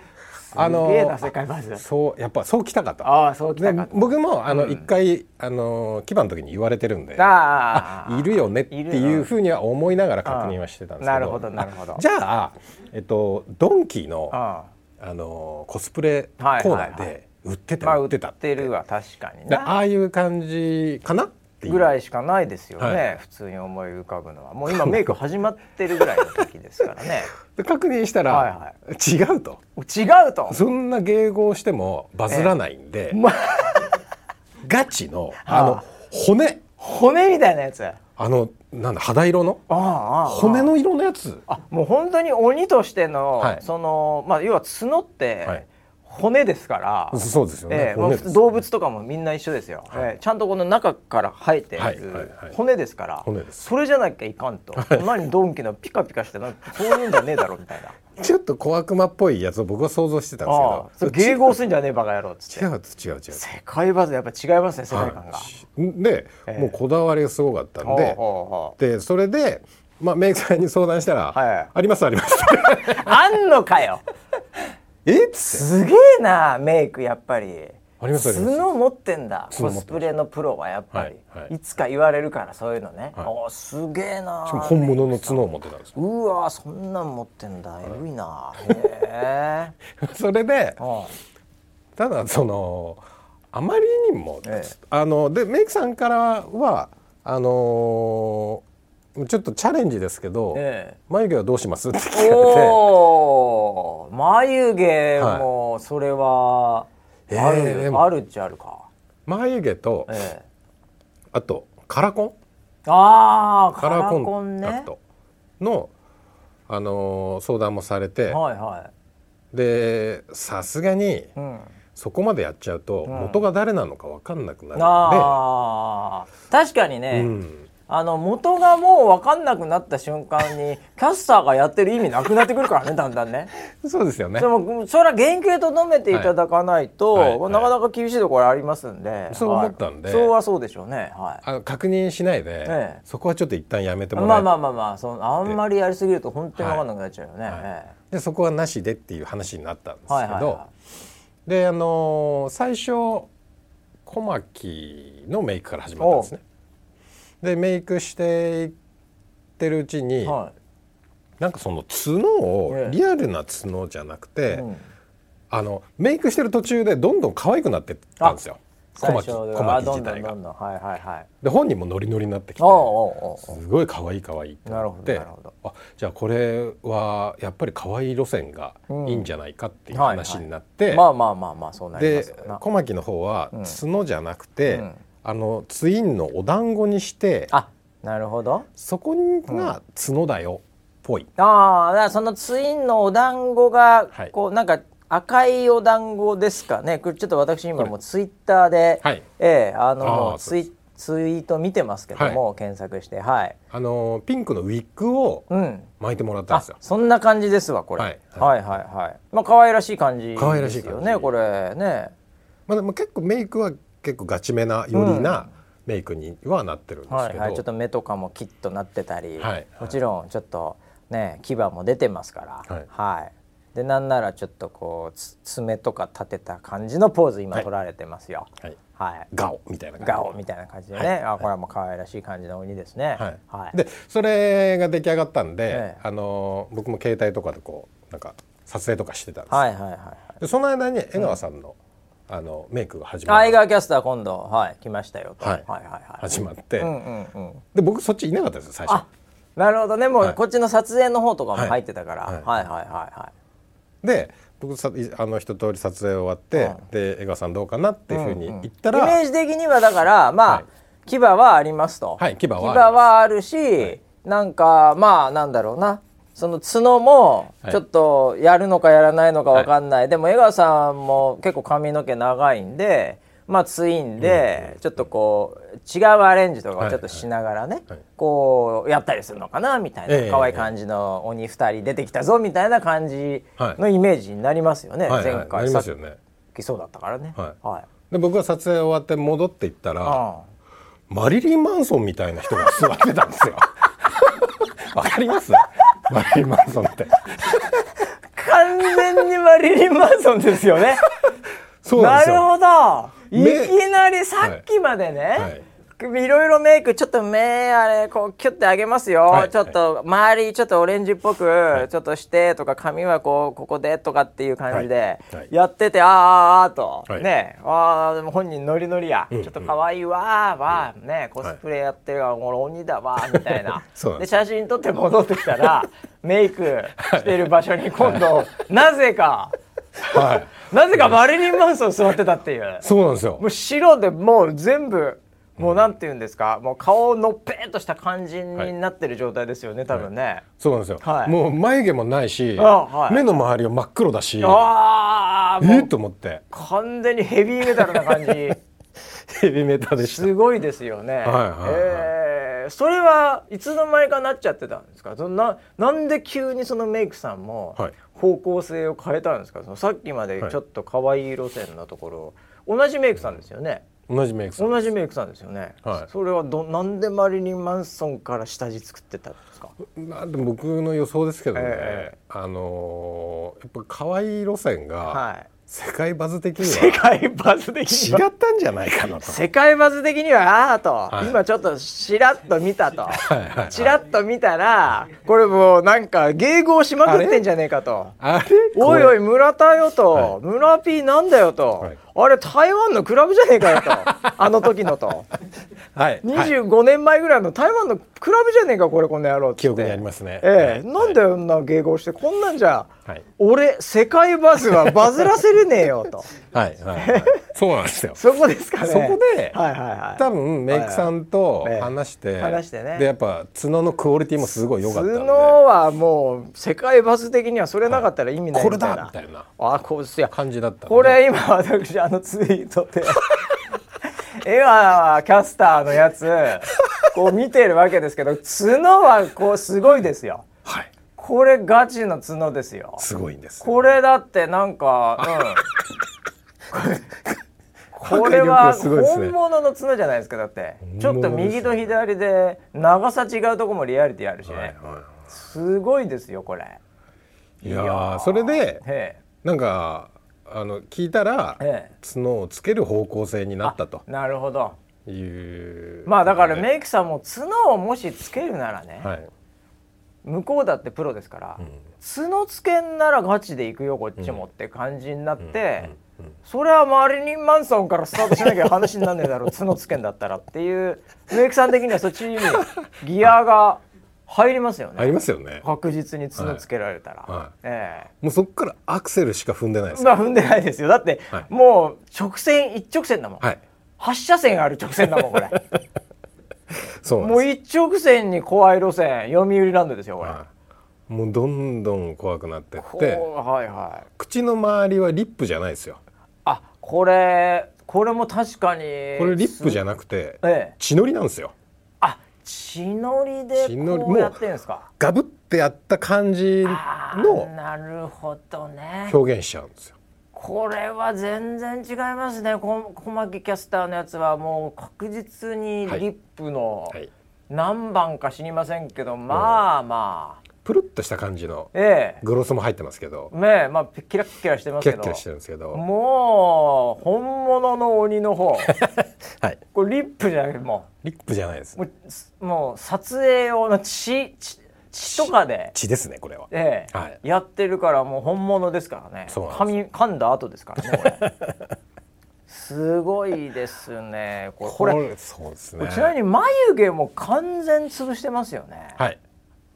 Speaker 2: あ
Speaker 1: すげえな
Speaker 2: の
Speaker 1: 世界バズ
Speaker 2: そうやっぱそう来たかと。
Speaker 1: ああそうき
Speaker 2: で
Speaker 1: たかと
Speaker 2: 僕もあの一回、あの牙の時に言われてるんで
Speaker 1: ああ
Speaker 2: いるよねっていうふうには思いながら確認はしてたんですけど
Speaker 1: なるほどなるほど
Speaker 2: あじゃあ、えっと、ドンキーのあ
Speaker 1: あ
Speaker 2: のコスプレコ
Speaker 1: はい
Speaker 2: ー
Speaker 1: は
Speaker 2: ナ
Speaker 1: いはい
Speaker 2: ーで売って
Speaker 1: ま
Speaker 2: た
Speaker 1: あ
Speaker 2: 売
Speaker 1: 売
Speaker 2: っ
Speaker 1: って
Speaker 2: てた、
Speaker 1: てるわ確かに
Speaker 2: で
Speaker 1: な
Speaker 2: ああいう感じかなっていう
Speaker 1: ぐらいしかないですよね、
Speaker 2: はい
Speaker 1: 普通に思い浮かぶのはもう今メイク始まってるぐらいの時ですからね
Speaker 2: で確認したら、
Speaker 1: はいは
Speaker 2: 違うと
Speaker 1: 違うと
Speaker 2: そんな迎合してもバズらないんで、
Speaker 1: ま
Speaker 2: ガチのあの、
Speaker 1: はあ
Speaker 2: 骨
Speaker 1: 骨みたいなやつあ
Speaker 2: あのなんだ肌色の
Speaker 1: あああ
Speaker 2: 骨の色のやつ
Speaker 1: あもう本当に鬼としての、
Speaker 2: はい
Speaker 1: そのまあ要は角って、
Speaker 2: はい
Speaker 1: 骨ですから、
Speaker 2: そそうですよね、
Speaker 1: ええまあ
Speaker 2: 骨です
Speaker 1: 動物とかもみんな一緒ですよ、
Speaker 2: はい
Speaker 1: ええちゃんとこの中から生えて
Speaker 2: はいはい
Speaker 1: る
Speaker 2: はい
Speaker 1: 骨ですから、
Speaker 2: 骨です
Speaker 1: それじゃなきゃいかんと、何ドンキのピカピカしてなんかそういうんじゃねえだろみ たいな
Speaker 2: ちょっと小悪魔っぽいやつを僕は想像してたん
Speaker 1: ああ
Speaker 2: です
Speaker 1: そ
Speaker 2: け
Speaker 1: れ
Speaker 2: ど
Speaker 1: 迎合すんじゃねえバカ野郎っつっ
Speaker 2: 違
Speaker 1: て
Speaker 2: う違う違う
Speaker 1: 世界バズやっぱ違いますね世界観が、
Speaker 2: 違うで、
Speaker 1: ええ
Speaker 2: もうこだわりがすごかったんで
Speaker 1: ほうほ
Speaker 2: でそれで、まあ、メイクさんに相談したら「
Speaker 1: はい
Speaker 2: ありますあり ます
Speaker 1: うほうあんのか よ」
Speaker 2: えっつって
Speaker 1: すげえなメイクやっぱり
Speaker 2: ありますあります
Speaker 1: 角持ってんだ
Speaker 2: 角
Speaker 1: コ
Speaker 2: 持
Speaker 1: ス
Speaker 2: ってます
Speaker 1: プレのプロはやっぱり、
Speaker 2: はい
Speaker 1: い
Speaker 2: はい
Speaker 1: つか言われるからそういうのね、
Speaker 2: はい
Speaker 1: おーすげえな
Speaker 2: しかも本物の角を持ってたんですよ
Speaker 1: うわーそんなん持ってんだえぐいなへえ
Speaker 2: それで
Speaker 1: うん
Speaker 2: ただそのあまりにも、
Speaker 1: ええ
Speaker 2: あのでメイクさんからはあのーちょっとチャレンジですけど、
Speaker 1: ええ
Speaker 2: 眉毛はどうしますって聞かれて
Speaker 1: おー眉毛もそれは
Speaker 2: え
Speaker 1: ある、
Speaker 2: でも
Speaker 1: あるっちゃあるか、
Speaker 2: 眉毛と、
Speaker 1: ええ、
Speaker 2: あとカラコン
Speaker 1: ああ
Speaker 2: カ
Speaker 1: カラ
Speaker 2: ラー
Speaker 1: コ
Speaker 2: コ
Speaker 1: ン
Speaker 2: ン
Speaker 1: ね
Speaker 2: タクトの、あのー相談もされて
Speaker 1: はいは
Speaker 2: でさすがに
Speaker 1: い、うん
Speaker 2: そこまでやっちゃうと
Speaker 1: ん
Speaker 2: 元が誰なのか分かんなくなるの
Speaker 1: あー確かにね、
Speaker 2: うん
Speaker 1: あの元がもう分かんなくなった瞬間にキャスターがやってる意味なくなってくるからねだんだんね。
Speaker 2: で、そうですよね
Speaker 1: それもそれは原型とどめていただかないと、
Speaker 2: はいはい
Speaker 1: なかなか厳しいところありますんで
Speaker 2: そう思ったんで
Speaker 1: はいそうはそうでしょうね。はい
Speaker 2: あの確認しないで、
Speaker 1: ええ
Speaker 2: そこはちょっと一旦やめてもらえ
Speaker 1: まあまあまあまあそのあんまりやりすぎると本当に分かんなくなっちゃうよね。ええ
Speaker 2: でそこはなしでっていう話になったんですけど、
Speaker 1: はいはいは
Speaker 2: であのー最初小牧のメイクから始まったんですね。でメイクしていってるうちに、
Speaker 1: は
Speaker 2: なんかその角
Speaker 1: え
Speaker 2: を
Speaker 1: え
Speaker 2: リアルな角じゃなくて、
Speaker 1: いうん
Speaker 2: あのメイクしてる途中でどんどん可愛くなってったんですよ小
Speaker 1: 最
Speaker 2: 牧
Speaker 1: 初
Speaker 2: 小
Speaker 1: は
Speaker 2: 牧
Speaker 1: ど
Speaker 2: 自
Speaker 1: んどん
Speaker 2: 体
Speaker 1: ど
Speaker 2: が
Speaker 1: ん。どんはいはいはい。
Speaker 2: で本人もノリノリになってきて
Speaker 1: おうおうおう
Speaker 2: すごい可愛い可愛いってなって
Speaker 1: なるほどなる
Speaker 2: あじゃあこれはやっぱり可愛い路線がいいんじゃないかっていう
Speaker 1: うんはい
Speaker 2: 話になって、
Speaker 1: まあまあまあまあそうなりま
Speaker 2: です
Speaker 1: よな。
Speaker 2: 小牧の方は
Speaker 1: うん
Speaker 2: 角じゃなくて、
Speaker 1: うん
Speaker 2: あのツインのお団子にして
Speaker 1: あなるほど。
Speaker 2: そこが角だよっぽい。
Speaker 1: ああだからそのツインのお団子が
Speaker 2: はい
Speaker 1: こう、なんか赤いお団子ですかねこれちょっと私今もうツイッターで、
Speaker 2: はい
Speaker 1: ええあの
Speaker 2: あー
Speaker 1: ツイツイート見てますけども、検索してはい
Speaker 2: あのピンクのウィッグを
Speaker 1: うん
Speaker 2: 巻いてもらったん
Speaker 1: あ
Speaker 2: ですよ。
Speaker 1: そんな感じですわこれ、
Speaker 2: は
Speaker 1: はいい、
Speaker 2: は
Speaker 1: はいはいまあ可愛らしい感じですよね
Speaker 2: 可愛らしい感じ
Speaker 1: これね
Speaker 2: まあ、でも結構メイクは結構ガチめなよりなメイクにはなってるんです
Speaker 1: は
Speaker 2: け
Speaker 1: い
Speaker 2: ど、
Speaker 1: はいちょっと目とかもキッとなってたり、
Speaker 2: はい
Speaker 1: もちろんちょっとね牙も出てますから
Speaker 2: はい
Speaker 1: いでなんならちょっとこうつ爪とか立てた感じのポーズ今
Speaker 2: はい
Speaker 1: 取られてますよ
Speaker 2: はい
Speaker 1: はい、
Speaker 2: ガオみたいな感じ
Speaker 1: ガオみたいな感じでね、あこれはもう可愛らしい感じの鬼ですね
Speaker 2: はい
Speaker 1: はい、
Speaker 2: でそれが出来上がったんで、
Speaker 1: ええ
Speaker 2: あのー僕も携帯とかでこうなんか撮影とかしてたんです、
Speaker 1: はいはいはいはい
Speaker 2: でその間に江川さんの,、あのメイクが始ま
Speaker 1: あ江
Speaker 2: る
Speaker 1: 川キャスター今度はい来ましたよと、
Speaker 2: はい
Speaker 1: はいはいはい
Speaker 2: 始まって、
Speaker 1: うんうんうん
Speaker 2: で僕そっちいなかったんですよ最初
Speaker 1: あなるほどねも
Speaker 2: は
Speaker 1: う
Speaker 2: い
Speaker 1: こっちの撮影の方とかも
Speaker 2: はい
Speaker 1: 入ってたから、は
Speaker 2: はいい、
Speaker 1: はいはいは
Speaker 2: で僕さいあの一通り撮影終わって、で江川さんどうかなっていうふうに言った
Speaker 1: いイ
Speaker 2: ら、
Speaker 1: メージ的にはだからまあ、
Speaker 2: はい
Speaker 1: 牙はありますと、
Speaker 2: はい牙はあります
Speaker 1: はあるし、なんかまあなんだろうなその角も
Speaker 2: はい
Speaker 1: ちょっとやるのかやらないのかわかんない、でも江川さんも結構髪の毛長いんでまあツインでちょっとこう違うアレンジとかをちょっとしながらね、
Speaker 2: はい
Speaker 1: こうやったりするのかなみたいな、
Speaker 2: ええ
Speaker 1: 可愛い感じの鬼2人出てきたぞみたいな感じのイメージになりますよね、
Speaker 2: はいは
Speaker 1: 前
Speaker 2: いな
Speaker 1: 回
Speaker 2: り
Speaker 1: さ
Speaker 2: ま
Speaker 1: っ
Speaker 2: すよね
Speaker 1: きそうだったからね。
Speaker 2: はい
Speaker 1: はい
Speaker 2: で僕が撮影終わって戻っていったら、
Speaker 1: あ
Speaker 2: マリリン・マンソンみたいな人が座ってた んですよ。わかりますマリリン・マンソンって。
Speaker 1: あ完全にマリリン・マンソンですよね
Speaker 2: そうなん
Speaker 1: な
Speaker 2: です
Speaker 1: る
Speaker 2: よ。
Speaker 1: ほどい
Speaker 2: 目
Speaker 1: きなりさっきまでね、
Speaker 2: はい
Speaker 1: いろいろメイクちょっと目あれこうキュッて上げますよ、
Speaker 2: はい
Speaker 1: ちょっと周りちょっとオレンジっぽくちょっとしてとか髪はこうここでとかっていう感じで
Speaker 2: はいはい
Speaker 1: やっててあーあーあーと、
Speaker 2: はい
Speaker 1: ねああでも本人ノリノリや、
Speaker 2: ん
Speaker 1: ちょっと可愛いわーわー、ねコスプレやってるわ、俺鬼だわーみたいな
Speaker 2: そうなん
Speaker 1: で
Speaker 2: です
Speaker 1: 写真撮って戻ってきた らメイクしてる場所に今度、なぜか
Speaker 2: はい。
Speaker 1: なぜかマリリン・マンソン座ってたっていう。
Speaker 2: そうなんですよ
Speaker 1: も。う白でもう全部もうなんて言うんですか、もう顔のぺーっとした感じになってる状態ですよね、多分ね、
Speaker 2: そうなんですよ。
Speaker 1: はい
Speaker 2: もう眉毛もないし、
Speaker 1: あはい
Speaker 2: 目の周りは真っ黒だし、え
Speaker 1: ああも
Speaker 2: ーっ
Speaker 1: う
Speaker 2: と思って。
Speaker 1: 完全にヘビーメタルな 感じ
Speaker 2: ヘビメタでした。
Speaker 1: すごいですよね、
Speaker 2: はいはい
Speaker 1: えーそれはいつの間にかなっちゃってたんですかそんななんで急にそのメイクさんも
Speaker 2: はい
Speaker 1: 方向性を変えたんですかそのさっきまでちょっと可愛い路線のところ、同じメイクさんですよね、
Speaker 2: 同じメイクさん。
Speaker 1: 同じメイクさんですよね、
Speaker 2: はい
Speaker 1: それはどなんでマリリン・マンソンから下地作ってたんですか
Speaker 2: まあでも僕の予想ですけどね、
Speaker 1: え
Speaker 2: あのーやっぱ可愛い路線が
Speaker 1: はい
Speaker 2: 世界バズ的に
Speaker 1: 世
Speaker 2: は
Speaker 1: 界バズ的には
Speaker 2: 違ったんじゃないかなと。
Speaker 1: 世界バズ的にはああと、
Speaker 2: い
Speaker 1: 今ちょっとしらっと見たと
Speaker 2: いはいはい
Speaker 1: ちらっと見たらこれもうなんか迎合しまくってんじゃねえかと。
Speaker 2: あれ
Speaker 1: おい
Speaker 2: こ
Speaker 1: お
Speaker 2: れ
Speaker 1: い村田よと、
Speaker 2: は
Speaker 1: 村 P なんだよと、
Speaker 2: はい
Speaker 1: あれ台湾のクラブじゃねえかよとあの時のと
Speaker 2: はい。はい
Speaker 1: 25年前ぐらいの台湾のクラブじゃねえかこれこの野郎っつって
Speaker 2: 記憶にありますね。
Speaker 1: ええ、なんであんな迎合してこんなんじゃ、
Speaker 2: はい
Speaker 1: 俺世界バズはバズらせれねえよと
Speaker 2: はいはいはい。そうなんです よ。
Speaker 1: そこですかね
Speaker 2: そこで
Speaker 1: はいはいはい
Speaker 2: 多分メイクさんと
Speaker 1: はいはい
Speaker 2: 話して、
Speaker 1: 話してね
Speaker 2: でやっぱ角のクオリティもすごい良かったんで、
Speaker 1: 角はもう世界バズ的にはそれなかったら意味ない
Speaker 2: こ
Speaker 1: みた
Speaker 2: れ
Speaker 1: いな、
Speaker 2: だみたいな
Speaker 1: あこういや
Speaker 2: 感じだったんで。
Speaker 1: これ今私あのツイート でエワーキャスターのやつこう見てるわけですけど角はこうすごいですよ
Speaker 2: はい
Speaker 1: これガチの角ですよ
Speaker 2: すごいんです。
Speaker 1: これだってなんか、うん、これは
Speaker 2: 迫力がすごいですね
Speaker 1: 本物の角じゃないですかだってちょっと右と左で長さ違うとこもリアリティあるしね、
Speaker 2: はいは
Speaker 1: すごいですよこれ
Speaker 2: い。いやーそれで
Speaker 1: へ
Speaker 2: なんかあの聞いたら
Speaker 1: ええ
Speaker 2: 角をつける方向性になったと
Speaker 1: えなるほど
Speaker 2: いう。
Speaker 1: まあだからメイクさんも角をもしつけるならね、
Speaker 2: はい。
Speaker 1: 向こうだってプロですから、角つけんならガチでいくよこっちもって感じになって、それはマリリン・マンソンからスタートしなきゃ話になんねえだ ろ角つけんだったらっていうメイクさん的にはそっちにギアが入りますよ
Speaker 2: あり
Speaker 1: ね
Speaker 2: ますよね。
Speaker 1: 確実に角つけられたら、
Speaker 2: はい
Speaker 1: え
Speaker 2: もうそこからアクセルしか踏んでないで
Speaker 1: え
Speaker 2: す。
Speaker 1: まあ踏んでないですよだって、
Speaker 2: はい
Speaker 1: もう直線一直線だもん、
Speaker 2: はい。
Speaker 1: 発射線ある直線だも んこれ
Speaker 2: そうなんで
Speaker 1: も
Speaker 2: す
Speaker 1: う一直線に怖い路線読売ランドですよこれ、
Speaker 2: はい、もうどんどん怖くなってっ
Speaker 1: こう
Speaker 2: て
Speaker 1: はいはい
Speaker 2: 口の周りはリップじゃないですよ
Speaker 1: あこれこれも確かに
Speaker 2: これリップじ
Speaker 1: ゃ
Speaker 2: ゃなくて
Speaker 1: ええ
Speaker 2: 血のりなんですよ
Speaker 1: あ血のりで
Speaker 2: 血のり
Speaker 1: こ
Speaker 2: も
Speaker 1: う
Speaker 2: う
Speaker 1: やってるんですか
Speaker 2: ガブってやった感じ
Speaker 1: あー
Speaker 2: の
Speaker 1: なるほどね
Speaker 2: 表現しちゃうんですよ
Speaker 1: これは全然違いますねこ小牧キャスターのやつはもう確実に
Speaker 2: はい
Speaker 1: リップの
Speaker 2: はい
Speaker 1: 何番か知りませんけど、まあまあ
Speaker 2: プルッとした感じの
Speaker 1: ええ
Speaker 2: グロスも入ってますけど
Speaker 1: ねえまあキラッキラしてます
Speaker 2: キ
Speaker 1: けど
Speaker 2: ラッキラしてるんですけど
Speaker 1: もう本物の鬼の方
Speaker 2: はい
Speaker 1: これリップじゃなくてもう
Speaker 2: リップじゃないです
Speaker 1: もうすもう撮影用の血血血とかで、
Speaker 2: 血ですねこれは
Speaker 1: ええ
Speaker 2: はい
Speaker 1: やってるからもう本物ですからね
Speaker 2: そうなん
Speaker 1: 噛み噛んだ後ですからねこれすごいですね。これ
Speaker 2: こ
Speaker 1: これ
Speaker 2: れそうですね
Speaker 1: ちなみに眉毛も完全潰してますよね。
Speaker 2: はい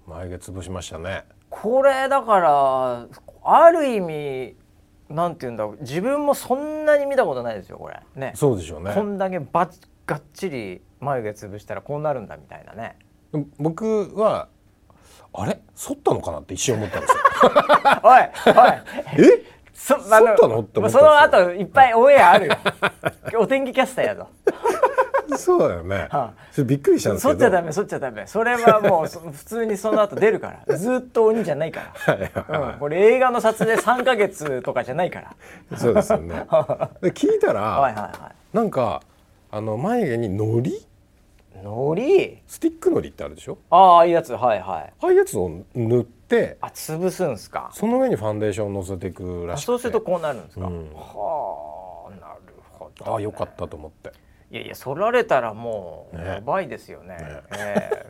Speaker 2: 眉毛潰しましたね
Speaker 1: これだからある意味なんて言うんだろう自分もそんなに見たことないですよこれね
Speaker 2: そうでしょうね
Speaker 1: こんだけばがっちり眉毛潰したらこうなるんだみたいなね
Speaker 2: でも僕はあれ剃ったのかなって一瞬思った んですよ
Speaker 1: おいおい
Speaker 2: え
Speaker 1: そ
Speaker 2: 剃ったのって思ったんですよ
Speaker 1: その後いっぱいオンエアある よお天気キャスターやぞ
Speaker 2: そうだよね
Speaker 1: は
Speaker 2: それびっくりしたんです
Speaker 1: そ
Speaker 2: け
Speaker 1: っちゃ
Speaker 2: ど
Speaker 1: ダメそっちゃダメそれはもうそ普通にその後出るからずっと鬼じゃないから、うんこれ映画の撮影3か月とかじゃないから
Speaker 2: そうですよ ねで聞いたら、
Speaker 1: はいはいはい
Speaker 2: なんかあの眉毛に糊
Speaker 1: のり
Speaker 2: スティック糊ってあるでしょ
Speaker 1: ああああいうやつはいはい
Speaker 2: ああいうやつを塗って
Speaker 1: あ潰すんすか
Speaker 2: その上にファンデーションを乗せていくら
Speaker 1: あ
Speaker 2: しくて
Speaker 1: そうするとこうなるんですか、
Speaker 2: うん
Speaker 1: はあなるほど、
Speaker 2: ああよかったと思って
Speaker 1: いやいや剃られたらもう
Speaker 2: ね
Speaker 1: やばいですよね
Speaker 2: ね
Speaker 1: え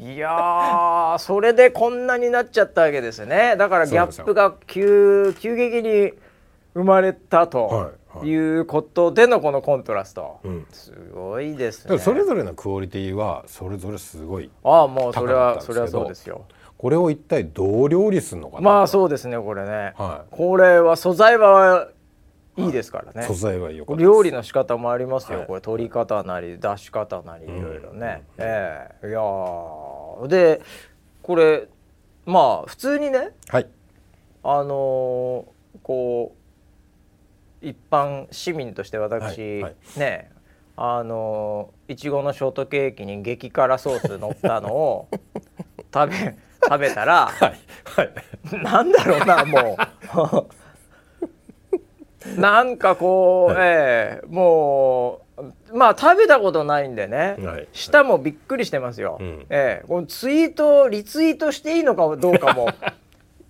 Speaker 1: えいやーそれでこんなになっちゃったわけですねだからギャップが急急激に生まれたと
Speaker 2: はいはい
Speaker 1: いうことでのこのコントラスト、
Speaker 2: うん
Speaker 1: すごいです
Speaker 2: だから
Speaker 1: ね
Speaker 2: それぞれのクオリティはそれぞれすごい
Speaker 1: ああもうそれは
Speaker 2: 高かった
Speaker 1: そ
Speaker 2: んですけど
Speaker 1: れはそうですよ
Speaker 2: これを一体どう料理するのかな、
Speaker 1: まあそうですねこれね、
Speaker 2: はい
Speaker 1: これは素材はいいですからね、
Speaker 2: 素材はよかったです
Speaker 1: 料理の仕方もありますよ、
Speaker 2: はい
Speaker 1: これ取り方なり出し方なりいろいろね、ええいやーでこれまあ普通にね
Speaker 2: はい
Speaker 1: あのーこう一般市民として私、
Speaker 2: はいはい
Speaker 1: ねあのーいちごのショートケーキに激辛ソース乗ったのを食べ食べたら
Speaker 2: はいはい
Speaker 1: なんだろうなもう なんかこう、ええもうまあ食べたことないんでね、
Speaker 2: はい
Speaker 1: 舌もびっくりしてますよ、
Speaker 2: うん
Speaker 1: ええこのツイートリツイートしていいのかどうか も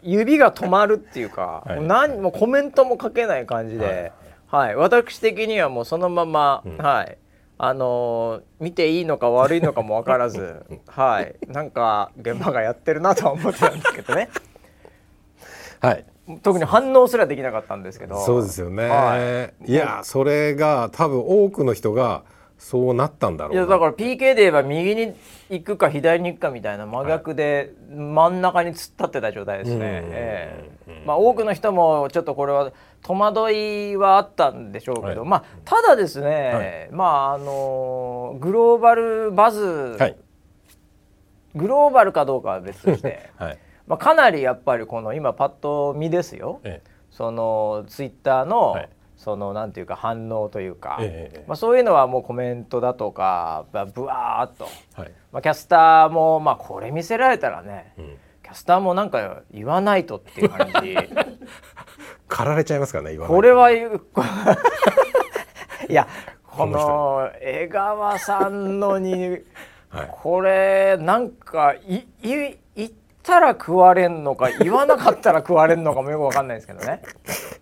Speaker 1: 指が止まるっていうか、
Speaker 2: はい
Speaker 1: 何もコメントも書けない感じで、はい私的にはもうそのまま、
Speaker 2: ん
Speaker 1: はいあのー見ていいのか悪いのかも分から ず、はい、なんか現場がやってるなとは思ってたんですけどね。
Speaker 2: はい
Speaker 1: 特に反応すらできなかったんですけど
Speaker 2: そうですよね、、
Speaker 1: はい
Speaker 2: やそれが多分多くの人がそうなったんだろう
Speaker 1: い
Speaker 2: な
Speaker 1: やだから PK で言えば右に行くか左に行くかみたいな真逆で真ん中に突っ立ってた状態ですね、
Speaker 2: うん
Speaker 1: ええまあ、多くの人もちょっとこれは戸惑いはあったんでしょうけど、
Speaker 2: はい
Speaker 1: まあ、ただですね、
Speaker 2: はい
Speaker 1: まああのーグローバルバズ、
Speaker 2: はい、
Speaker 1: グローバルかどうかは別として
Speaker 2: はい
Speaker 1: まあ、かなりやっぱりこの今パッと見ですよ、
Speaker 2: え
Speaker 1: そのツイッターの、
Speaker 2: はい
Speaker 1: そのなんていうか反応というか、
Speaker 2: ええ
Speaker 1: まあ、そういうのはもうコメントだとかまあぶわーっと、
Speaker 2: えはい
Speaker 1: まあ、キャスターも、まあ、これ見せられたらね、
Speaker 2: ん
Speaker 1: キャスターもなんか言わないとっていう感 じ
Speaker 2: 駆られちゃいますからね今
Speaker 1: これは言う いやこ
Speaker 2: この人
Speaker 1: の江川さんのに
Speaker 2: はい
Speaker 1: これなんかいい言ったら食われんのか言わなかったら食われんのかもよくわかんないですけどね。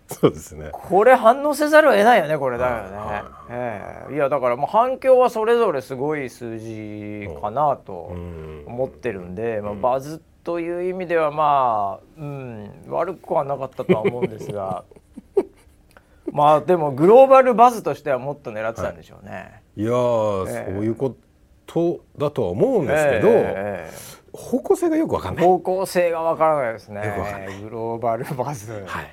Speaker 2: そうですね
Speaker 1: これ反応せざるを得ないよねこれだよね、
Speaker 2: はい
Speaker 1: ええいやだからもう反響はそれぞれすごい数字かなと
Speaker 2: うん
Speaker 1: 思ってるんで、まあ、バズという意味ではまあ、うん、悪くはなかったとは思うんですが まあでもグローバルバズとしてはもっと狙ってたんでしょうね。
Speaker 2: いやー、
Speaker 1: ええ
Speaker 2: そういうことだとは思うんですけど、
Speaker 1: えええ
Speaker 2: 方向性がよくわかん
Speaker 1: え
Speaker 2: ない。
Speaker 1: 方向性がわからないですね
Speaker 2: よくわかんな
Speaker 1: グローバルバズ、
Speaker 2: はい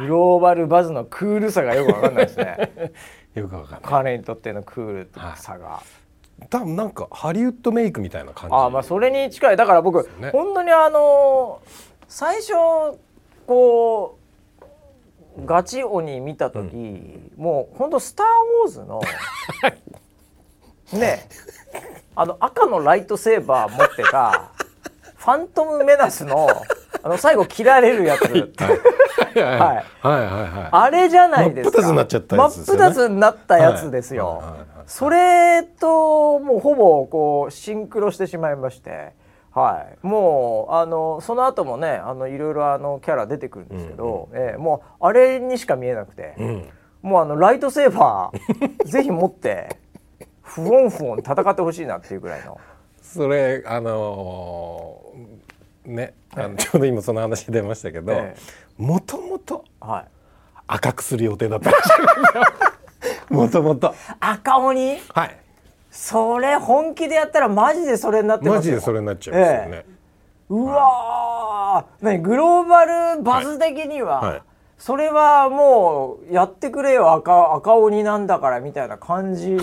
Speaker 1: グローバルバズのクールさがよくわかんないです ね
Speaker 2: よくわかんない。
Speaker 1: 彼にとってのクールさが。
Speaker 2: 多分なんかハリウッドメイクみたいな感じ。
Speaker 1: あーまあそれに近いだから僕、
Speaker 2: すよね
Speaker 1: 本当にあのー最初こうガチ鬼見た時、もう本当スター・ウォーズ」 のねあの赤のライトセーバー持ってた「ファントム・メナスの」あの最後切られるやつ、
Speaker 2: はいはいはいはいはい
Speaker 1: あれじゃないですか
Speaker 2: 真っ二つになっちゃったやつですよね
Speaker 1: 真っ二つになったやつですよ、
Speaker 2: はいはいはいはい
Speaker 1: それともうほぼこうシンクロしてしまいましてはいもうあのその後もねあのいろいろあのキャラ出てくるんですけど、ええもうあれにしか見えなくて、
Speaker 2: うん
Speaker 1: もうあのライトセーバー ぜひ持って不穏不穏戦ってほしいなっていうぐらいの
Speaker 2: それあのーね、あのちょうど今その話出ましたけど
Speaker 1: ええ、
Speaker 2: もともと
Speaker 1: はい
Speaker 2: 赤くする予定だったらしい。もともと
Speaker 1: 赤鬼
Speaker 2: はい
Speaker 1: それ本気でやったらマジでそれになってますよ
Speaker 2: マジでそれになっちゃいますよね、
Speaker 1: うわー、何グローバルバズ的には、
Speaker 2: はいはい
Speaker 1: それはもうやってくれよ赤赤鬼なんだからみたいな感じ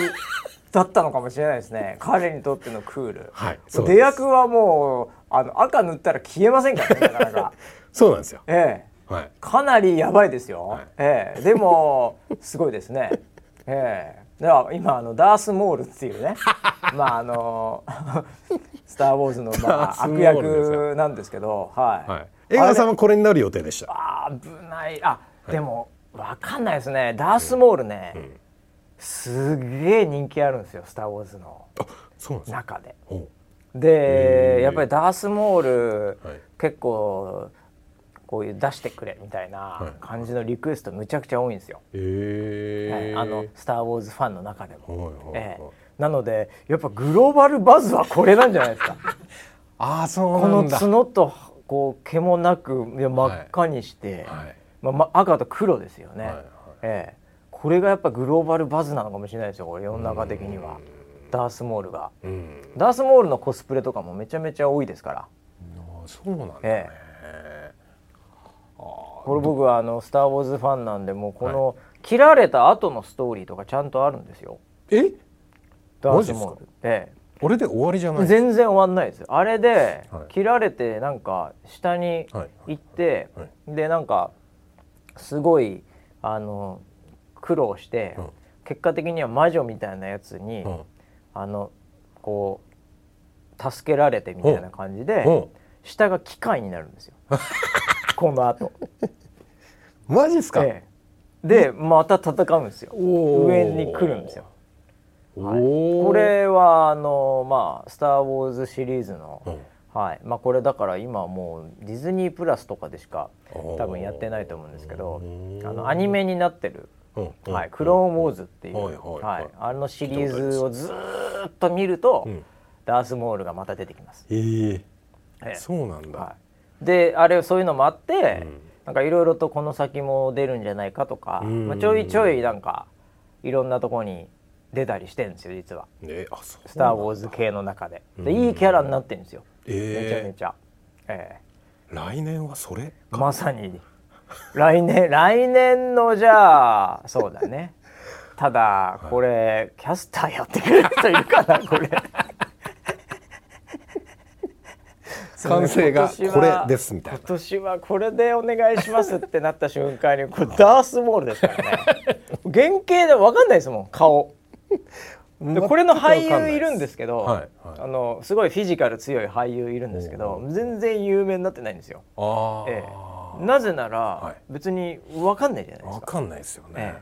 Speaker 1: だったのかもしれないです ね彼にとってのクール、
Speaker 2: はいそうです
Speaker 1: 出役はもうあの赤塗ったら消えませんからねなかな か、
Speaker 2: そうなんですよ
Speaker 1: ええ、
Speaker 2: はい
Speaker 1: かなりやばいですよ、
Speaker 2: はい
Speaker 1: ええ、でもすごいですね、ええ、では今あのダース・モールっていう ねまああの 「スター・ウォーズの」ま
Speaker 2: ダ
Speaker 1: あ、
Speaker 2: ースモ
Speaker 1: 悪
Speaker 2: ールですよ
Speaker 1: 役なんですけど、はい
Speaker 2: はい映画さんはこれになる予定でした
Speaker 1: あれ危ないあでも分かんないですねダース・モールね、すげえ人気あるんですよ「スター・ウォーズ」の
Speaker 2: あそうなんですか
Speaker 1: 中で。
Speaker 2: おう
Speaker 1: で
Speaker 2: へー
Speaker 1: やっぱりダース・モール、
Speaker 2: はい
Speaker 1: 結構こういう出してくれみたいない感じのリクエストむちゃくちゃ多いんですよ、
Speaker 2: へえ
Speaker 1: はいあの「スター・ウォーズ」ファンの中でも。
Speaker 2: はいはいはい
Speaker 1: ええなのでやっぱグローバルバズはこれなんじゃないですか
Speaker 2: ああ そう
Speaker 1: こ
Speaker 2: な
Speaker 1: の
Speaker 2: んだ
Speaker 1: 角とこう毛もなくいや真っ赤にして、
Speaker 2: はい
Speaker 1: まあまあ、赤と黒ですよね、
Speaker 2: はいはい
Speaker 1: ええこれがやっぱグローバルバズなのかもしれないですよこれ世の中的にはダース・モールが。
Speaker 2: うん
Speaker 1: ダース・モールのコスプレとかもめちゃめちゃ多いですから。
Speaker 2: あーそうなんだね、
Speaker 1: えこれ僕はあの「スター・ウォーズ」ファンなんでもうこの、切られた後のストーリーとかちゃんとあるんですよ
Speaker 2: え
Speaker 1: ダース
Speaker 2: マジっすか
Speaker 1: モールえ
Speaker 2: 俺で終わりじゃ
Speaker 1: え
Speaker 2: ない
Speaker 1: 全然終わんないですよあれで、
Speaker 2: はい
Speaker 1: 切られてなんか下に行って、
Speaker 2: はいはい
Speaker 1: でなんかすごいあの苦労して、
Speaker 2: うん
Speaker 1: 結果的には魔女みたいなやつに、
Speaker 2: うん
Speaker 1: あのこう助けられてみたいな感じで、
Speaker 2: うん
Speaker 1: 下が機械になるん ですよこの後
Speaker 2: マジっすか、
Speaker 1: ええでまた戦うんですよ
Speaker 2: おー
Speaker 1: 上に来るんですよ、はい
Speaker 2: おお
Speaker 1: これはあのまあ「スター・ウォーズ」シリーズの、
Speaker 2: うん
Speaker 1: はいまあ、これだから今もうディズニープラスとかでしか
Speaker 2: おー
Speaker 1: 多分やってないと思うんですけど
Speaker 2: おー
Speaker 1: あのアニメになってる
Speaker 2: うん
Speaker 1: 「
Speaker 2: うん
Speaker 1: はい、クローンウォーズ」っていう、
Speaker 2: はいはいはい
Speaker 1: あのシリーズをずーっと見ると、
Speaker 2: うん
Speaker 1: ダース・モールがまた出てきます。
Speaker 2: ええ
Speaker 1: ええ
Speaker 2: そうなんだ、
Speaker 1: はい、であれそういうのもあって、
Speaker 2: うん
Speaker 1: なんかいろいろとこの先も出るんじゃないかとか、
Speaker 2: うん
Speaker 1: まあ、ちょいちょいなんかいろんなとこに出たりしてるんですよ実は「
Speaker 2: ねあそう
Speaker 1: スター・ウォーズ」系の中でで
Speaker 2: うん
Speaker 1: いいキャラになってるんですよ、めちゃめ
Speaker 2: え
Speaker 1: ちゃ、え
Speaker 2: え来年はそれ
Speaker 1: えまさに来年 来年のじゃあそうだねただこれ、キャスターやってくれる人いるかなこれ
Speaker 2: 完成がこれですみたい
Speaker 1: 今
Speaker 2: な
Speaker 1: 年はこれでお願いしますってなった瞬間にこれダースモールですからね原型で分かんないですもん顔でこれの俳優いるんですすけど
Speaker 2: はいはい
Speaker 1: あのすごいフィジカル強い俳優いるんですけど全然有名になってないんですよ、
Speaker 2: ああ、
Speaker 1: ええ、なぜな
Speaker 2: は
Speaker 1: ら
Speaker 2: い
Speaker 1: 別に分かんないじゃないです
Speaker 2: わ
Speaker 1: か、
Speaker 2: かんないですよね、
Speaker 1: え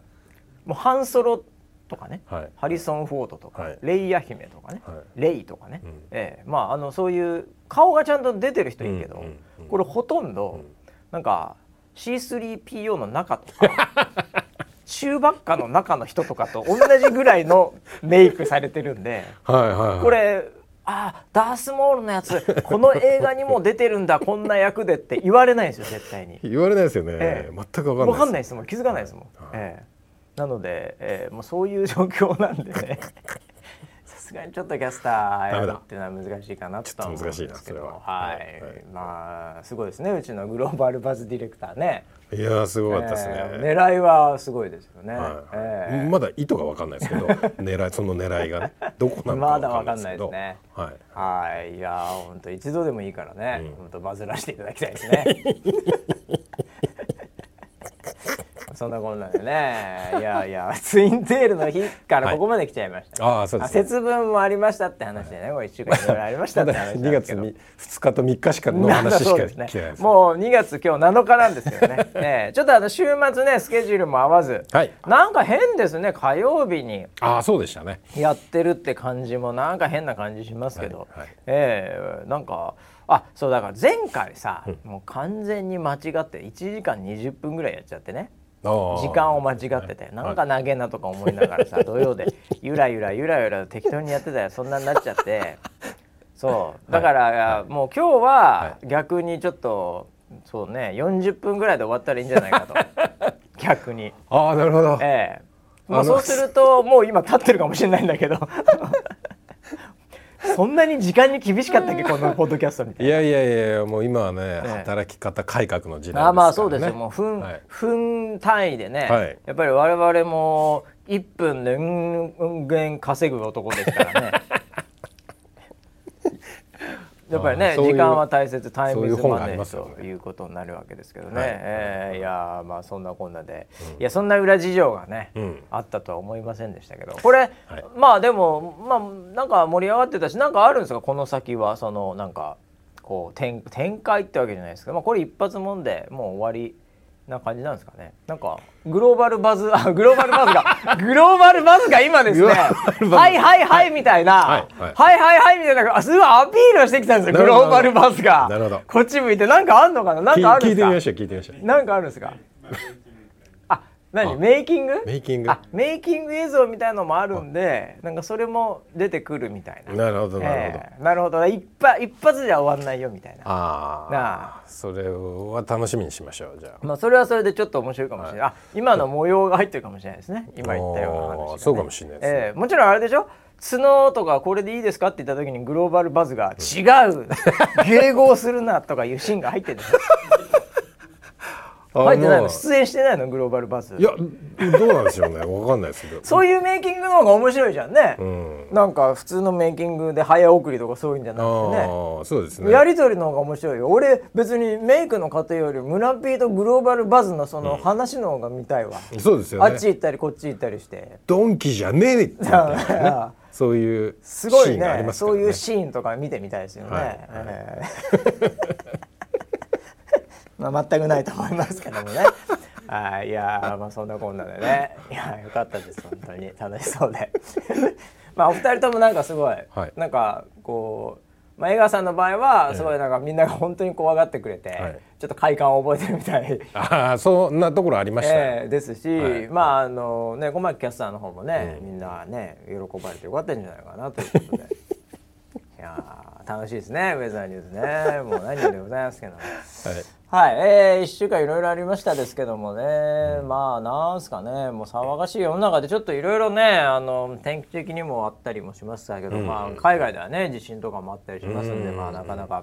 Speaker 1: え、もうハンソロとかね、
Speaker 2: はい
Speaker 1: ハリソン・フォードとか、
Speaker 2: はい
Speaker 1: レイヤ姫とかね、
Speaker 2: は
Speaker 1: レイとかね、
Speaker 2: うん
Speaker 1: ええまああのそういう顔がちゃんと出てる人いいけど、
Speaker 2: うんうんうん
Speaker 1: これほとんど、なんか C3PO の中と か中ばっかの中の人とかと同じぐらいの メイクされてるんで
Speaker 2: はいはいはい
Speaker 1: これ。ああダース・モールのやつこの映画にも出てるんだこんな役でって言われないんですよ絶対に
Speaker 2: 言われないですよね、
Speaker 1: ええ
Speaker 2: 全くわ
Speaker 1: わか
Speaker 2: か
Speaker 1: んな
Speaker 2: んな
Speaker 1: いい
Speaker 2: で
Speaker 1: ですすもん気づかないですもん、
Speaker 2: はい
Speaker 1: ええなので、ええもうそういう状況なんで ねさすがにちょっとキャスターやるっていうのは難しいかなとは思うんですけど
Speaker 2: ちょっと難しいなそれは
Speaker 1: はい、
Speaker 2: はいはい
Speaker 1: まあすごいですねうちのグローバルバズディレクターね
Speaker 2: いやーすごかったですね、
Speaker 1: ええ狙いはすごいですよね、
Speaker 2: はい
Speaker 1: ええ
Speaker 2: まだ意図が分かんないですけど 狙いその狙いがねどこなの
Speaker 1: ま
Speaker 2: か
Speaker 1: だわ
Speaker 2: 分
Speaker 1: か
Speaker 2: か
Speaker 1: ん
Speaker 2: ん
Speaker 1: な
Speaker 2: ない
Speaker 1: で
Speaker 2: いですすけど
Speaker 1: ね。
Speaker 2: はい
Speaker 1: はい、いやー、本当一度でもいいからね、本当バズらせていただきたいです ね。そんなこんなんでね、いやいや、ツインテールの日からここまで来ちゃいましたね、
Speaker 2: はいあーそうですね
Speaker 1: 節分もありましたって話でね、もう一週間いろいろありました
Speaker 2: た
Speaker 1: って
Speaker 2: だ
Speaker 1: 話なん
Speaker 2: 2
Speaker 1: ですけ
Speaker 2: 月
Speaker 1: ど。
Speaker 2: に2日と3日 しかの
Speaker 1: なんだ
Speaker 2: 話し
Speaker 1: そうで
Speaker 2: か聞
Speaker 1: す
Speaker 2: けない
Speaker 1: ね
Speaker 2: ですね。
Speaker 1: もう2月今日7日なんです けどね。ええちょっとあの週末ねスケジュールも合わず、
Speaker 2: はい
Speaker 1: なんか変ですね火曜日に
Speaker 2: ああそうでしたね。
Speaker 1: やってるって感じもなんか変な感じしますけど、
Speaker 2: はいはい
Speaker 1: ええなんかあそうだから前回さ、もう完全に間違って1時間20分ぐらいやっちゃってね
Speaker 2: あー
Speaker 1: 時間を間違っててなんか投げんなとか思いながらさ、土曜でゆらゆらゆらゆら適当にやってたらそんなになっちゃってそうだから、もう今日は逆にちょっとそうね40分ぐらいで終わったらいいんじゃないかと逆に。
Speaker 2: ああなるほど。
Speaker 1: ええまあ、そうするともう今立ってるかもしれないんだけどそんなに時間に厳しかったっけこのポッドキャストみたい
Speaker 2: い
Speaker 1: な。
Speaker 2: やいやいやもう今はね、
Speaker 1: え
Speaker 2: 働き方改革の時代ですから、ね、
Speaker 1: あまあそうですよ、もう分,、
Speaker 2: はい
Speaker 1: 分単位でね、
Speaker 2: はい
Speaker 1: やっぱり我々も1分でうんうん円稼ぐ男ですから ねやっぱり
Speaker 2: あ
Speaker 1: ね
Speaker 2: あそういう
Speaker 1: 時間は大切タイムイズ
Speaker 2: そういう本
Speaker 1: マ
Speaker 2: があ
Speaker 1: ネ
Speaker 2: りま
Speaker 1: ー
Speaker 2: すよね
Speaker 1: ということになるわけですけどね、
Speaker 2: はい
Speaker 1: えーいやーまあそんなこんなで、いやそんな裏事情がね、
Speaker 2: うん
Speaker 1: あったとは思いませんでしたけどこれ、
Speaker 2: はい
Speaker 1: まあでもまあなんか盛り上がってたしなんかあるんですかこの先はそのなんかこう展展開ってわけじゃないですけど、まあ、これ一発もんでもう終わりな感じなんですかねなんかグローバルバズ あグローバルバズ がグローバルバズが今ですね
Speaker 2: グ
Speaker 1: は
Speaker 2: ローバルバズ
Speaker 1: いはいはいみたいな、は
Speaker 2: はいい
Speaker 1: は
Speaker 2: はいい、
Speaker 1: はいはいみたいなあすごいアピールをしてきたんですよ
Speaker 2: な
Speaker 1: グ
Speaker 2: るほど
Speaker 1: ローバルバズが
Speaker 2: なるほど
Speaker 1: こっち向いてなんかあんのかななんかあ
Speaker 2: 聞
Speaker 1: る
Speaker 2: い
Speaker 1: ん
Speaker 2: てみま
Speaker 1: です
Speaker 2: しょう聞いてみましょう
Speaker 1: かなんかあるんですかあ何メイキング
Speaker 2: メイキング
Speaker 1: あメイキング映像みたいのもあるんでなんかそれも出てくるみたいな
Speaker 2: なるほどなるほど、
Speaker 1: ええなるほど一発一発じゃ終わんないよみたいな
Speaker 2: あ
Speaker 1: な
Speaker 2: あそれは楽しみにしましょうじゃあ
Speaker 1: まあそれはそれでちょっと面白いかもしれない、あ今の模様が入ってるかもしれないですね今言ったような話がね、
Speaker 2: あーそうかもしれないですね
Speaker 1: ええもちろんあれでしょ角とかこれでいいですかって言った時にグローバルバズが「違う 迎合するな」とかいうシーンが入ってるんですよ入ってないの出演してないのグローバルバズ
Speaker 2: いやどうなんでしょうねわかんないですけど
Speaker 1: そういうメイキングの方が面白いじゃんね、
Speaker 2: ん
Speaker 1: なんか普通のメイキングで早送りとかそういうんじゃなくてね
Speaker 2: ああそうですね
Speaker 1: やり取りの方が面白いよ俺別にメイクの過程より村ピーとグローバルバズのその話の方が見たいわ、
Speaker 2: そうですよ
Speaker 1: あっち
Speaker 2: ね
Speaker 1: 行ったりこっち行ったりして
Speaker 2: ドンキじゃねえってみた いなねそういうシ
Speaker 1: すごい
Speaker 2: ーン
Speaker 1: ね
Speaker 2: があります
Speaker 1: そ
Speaker 2: から
Speaker 1: ういう
Speaker 2: ね
Speaker 1: シーンとか見てみたいですよね、
Speaker 2: はいはい
Speaker 1: えー まあ全くないと思いますけどもねあーいやーまあそんなこんなでねいやーよかったです本当に楽しそうで まあお二人ともなんかすごい、
Speaker 2: はい
Speaker 1: なんかこう、まあ、江川さんの場合はすごいなんかみんなが本当に怖がってくれて、
Speaker 2: はい
Speaker 1: ちょっと快感を覚えてるみたい
Speaker 2: ああそんなところありました
Speaker 1: え
Speaker 2: ね
Speaker 1: えですし、
Speaker 2: はい
Speaker 1: まああのね小牧キャスターの方もね、みんなね喜ばれてよかったんじゃないかなということで いやー楽しいですねウェザーニュースねもう何よりでございますけども
Speaker 2: はい
Speaker 1: はい、えー、1週間いろいろありましたですけどもね、まあなんすかねもう騒がしい世の中でちょっといろいろねあの天気的にもあったりもしましたけど、まあ、海外ではね地震とかもあったりしますんで、まあなかなか。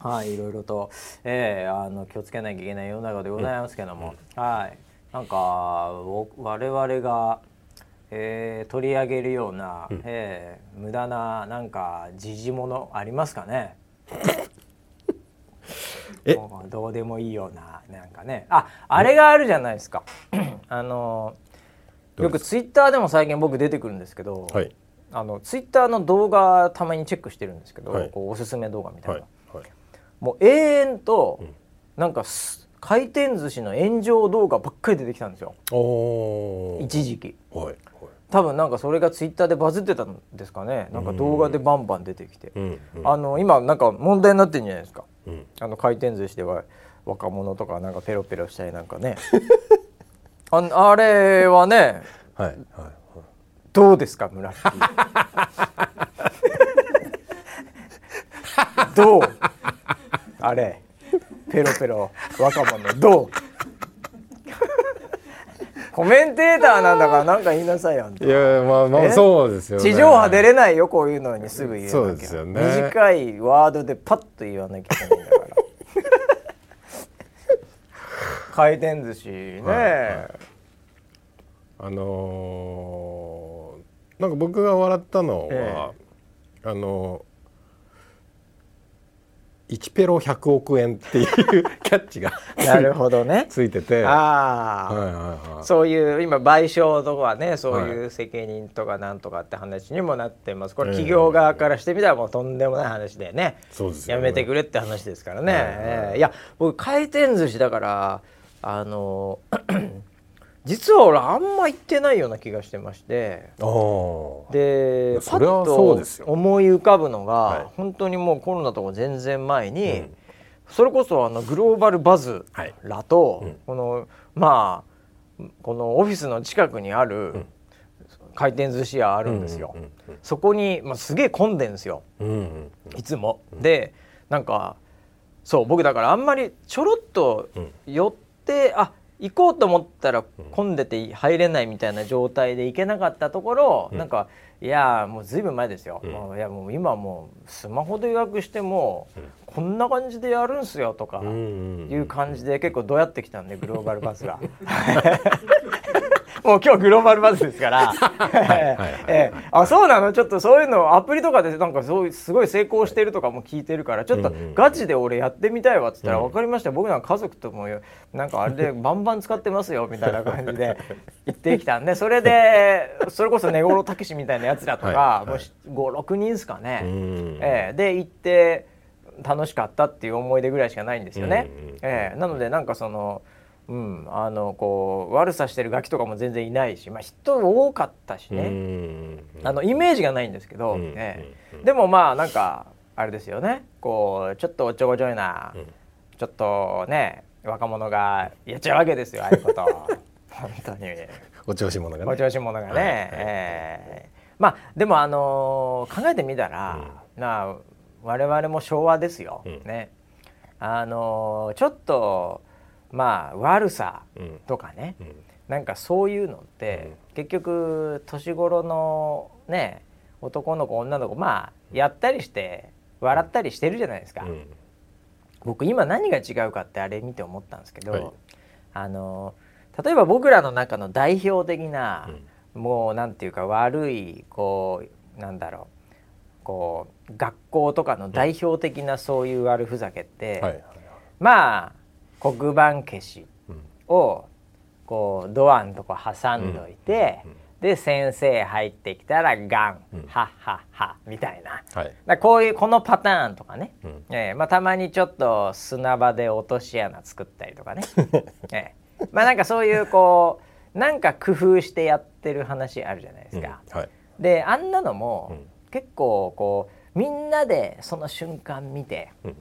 Speaker 1: はい、いろいろと、えーあの気をつけなきゃいけない世の中でございますけども、はい、なんかお我々が、えー取り上げるような、えー無駄ななんか時事ものありますかね
Speaker 2: え
Speaker 1: もうどうでもいいようななんかねああれがあるじゃないですか あのよくツイッターでも最近僕出てくるんですけど、
Speaker 2: はい
Speaker 1: あのツイッターの動画たまにチェックしてるんですけど、
Speaker 2: はい
Speaker 1: こうおすすめ動画みたいな、
Speaker 2: はいはい
Speaker 1: もう永遠と、なんかす回転寿司の炎上動画ばっかり出てきたんですよ
Speaker 2: おおー
Speaker 1: 一時期
Speaker 2: はいはい
Speaker 1: 多分なんかそれがツイッターでバズってたんですかねなんか動画でバンバン出てきて、
Speaker 2: うん
Speaker 1: あの今なんか問題になってるんじゃないですか
Speaker 2: うん
Speaker 1: あの回転寿司では若者とかなんかペロペロしたりなんかね ああれはね
Speaker 2: はいはいはい
Speaker 1: どうですか村木 どうあれペロペロ若者どう コメンテーターなんだからなんか言いなさいよ
Speaker 2: いやまあま
Speaker 1: え
Speaker 2: あそうですよね
Speaker 1: 地上波出れないよこういうのにすぐ言えなきゃ
Speaker 2: そうですよね
Speaker 1: 短いワードでパッと言わなきゃいけないんだ から回転寿司ね、
Speaker 2: あのーなんか僕が笑ったのは、あのー、1ペロ100億円っていうキャッチが
Speaker 1: なるほどね
Speaker 2: ついてて、 は
Speaker 1: あ
Speaker 2: い
Speaker 1: あ、
Speaker 2: はいはい、
Speaker 1: そういう今賠償とかねそうい
Speaker 2: は
Speaker 1: う責任とかなんとかって話にもなってますこれ企業側からしてみたらもうとんでもない話でね
Speaker 2: そうですよ
Speaker 1: や
Speaker 2: ね
Speaker 1: めてくれって話ですからね、ええいや僕回転寿司だからあの 実は俺あんま行ってないような気がしてまして
Speaker 2: あーい
Speaker 1: で
Speaker 2: や
Speaker 1: パ
Speaker 2: それ
Speaker 1: ッ
Speaker 2: はそうです
Speaker 1: と
Speaker 2: よ
Speaker 1: 思い浮かぶのが、
Speaker 2: はい
Speaker 1: 本当にもうコロナとか全然前に、それこそあのグローバルバズ
Speaker 2: はい
Speaker 1: らと、
Speaker 2: うん
Speaker 1: このまあこのオフィスの近くにある回転寿司屋あるんですよ。
Speaker 2: うんうんうん
Speaker 1: そこに、まあ、すげえ混んでんですよ
Speaker 2: うんうん
Speaker 1: いつも。でなんかそう僕だからあんまりちょろっと寄って、あ行こうと思ったら混んでて入れないみたいな状態で行けなかったところ、
Speaker 2: うん
Speaker 1: なんかいやーもうずいぶん前ですよ、
Speaker 2: うん
Speaker 1: もういやもう今もうスマホで予約しても、
Speaker 2: うん
Speaker 1: こんな感じでやるんすよとか、
Speaker 2: うん
Speaker 1: いう感じで結構どうやってきたんでグローバルバ スが。もう今日グローバルバスですから。え
Speaker 2: はい
Speaker 1: えええあそうなのちょっとそういうのアプリとかでなんかそういうすごい成功してるとかも聞いてるからちょっと
Speaker 2: うんうん
Speaker 1: ガチで俺やってみたいわっつったら
Speaker 2: うん
Speaker 1: 分かりました僕なんか家族ともよなんかあれ でバンバン使ってますよみたいな感じで行ってきたんでそれでそれこそ根室武士みたいなやつらとか
Speaker 2: はい
Speaker 1: もう56人ですかね。
Speaker 2: うん
Speaker 1: ええで行って楽しかったっていう思い出ぐらいしかないんですよね。
Speaker 2: うんうん
Speaker 1: ええなのでなんかそのうん、あのこう悪さしてるガキとかも全然いないし、まあ、人多かったし
Speaker 2: う
Speaker 1: ね、
Speaker 2: ん
Speaker 1: あのイメージがないんですけど、
Speaker 2: うん
Speaker 1: ええ
Speaker 2: うんうん
Speaker 1: でもまあなんかあれですよねこうちょっとおっちょこちょいな、
Speaker 2: うん
Speaker 1: ちょっとね若者がやっちゃうわけですよああいう こと。本当に
Speaker 2: お調子者がね
Speaker 1: お調子者がね、
Speaker 2: はいはい
Speaker 1: ええまあでもあのー考えてみたら、なあ我々も昭和ですよ、
Speaker 2: うん
Speaker 1: ねあのーちょっとまあ悪さ
Speaker 2: うん
Speaker 1: とかね、
Speaker 2: うん
Speaker 1: なんかそういうのって、結局年頃のね男の子女の子まあやったりして笑ったりしてるじゃないですか、
Speaker 2: うん
Speaker 1: 僕今何が違うかってあれ見て思ったんですけど、
Speaker 2: はい
Speaker 1: あのー例えば僕らの中の代表的な、
Speaker 2: うん
Speaker 1: もうなんていうか悪いこうなんだろうこう学校とかの代表的なそういう悪ふざけって、
Speaker 2: はいはいはい
Speaker 1: まあ黒板消し
Speaker 2: うん
Speaker 1: をこうドアのとこ挟んどいて、
Speaker 2: うんうん
Speaker 1: で先生入ってきたらガン、
Speaker 2: うん
Speaker 1: はっはっはみたいな。
Speaker 2: は
Speaker 1: だか
Speaker 2: い
Speaker 1: らこういうこのパターンとかね、
Speaker 2: うん
Speaker 1: ええまあ、たまにちょっと砂場で落とし穴作ったりと かね、ええまあなんかそういうこうなんか工夫してやってる話あるじゃないですか。
Speaker 2: うんはい
Speaker 1: であんなのも
Speaker 2: うん
Speaker 1: 結構こうみんなでその瞬間見て
Speaker 2: うん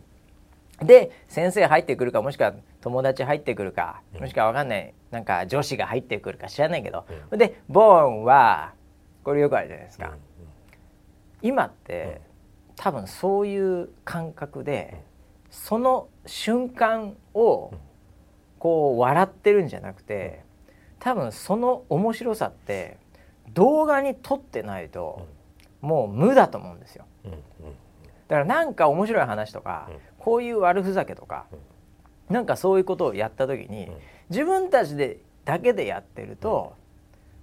Speaker 1: で先生入ってくるかもしくは友達入ってくるかもしくはわかんないなんか女子が入ってくるか知らないけど、でボーンはこれよくあるじゃないですか。今って、多分そういう感覚で、その瞬間をこう笑ってるんじゃなくて、多分その面白さって動画に撮ってないと、もう無だと思うんですよ。
Speaker 2: うんうん
Speaker 1: だからなんか面白い話とか、
Speaker 2: うん
Speaker 1: こういう悪ふざけとか、なんかそういうことをやった時に、
Speaker 2: うん
Speaker 1: 自分たちでだけでやってると、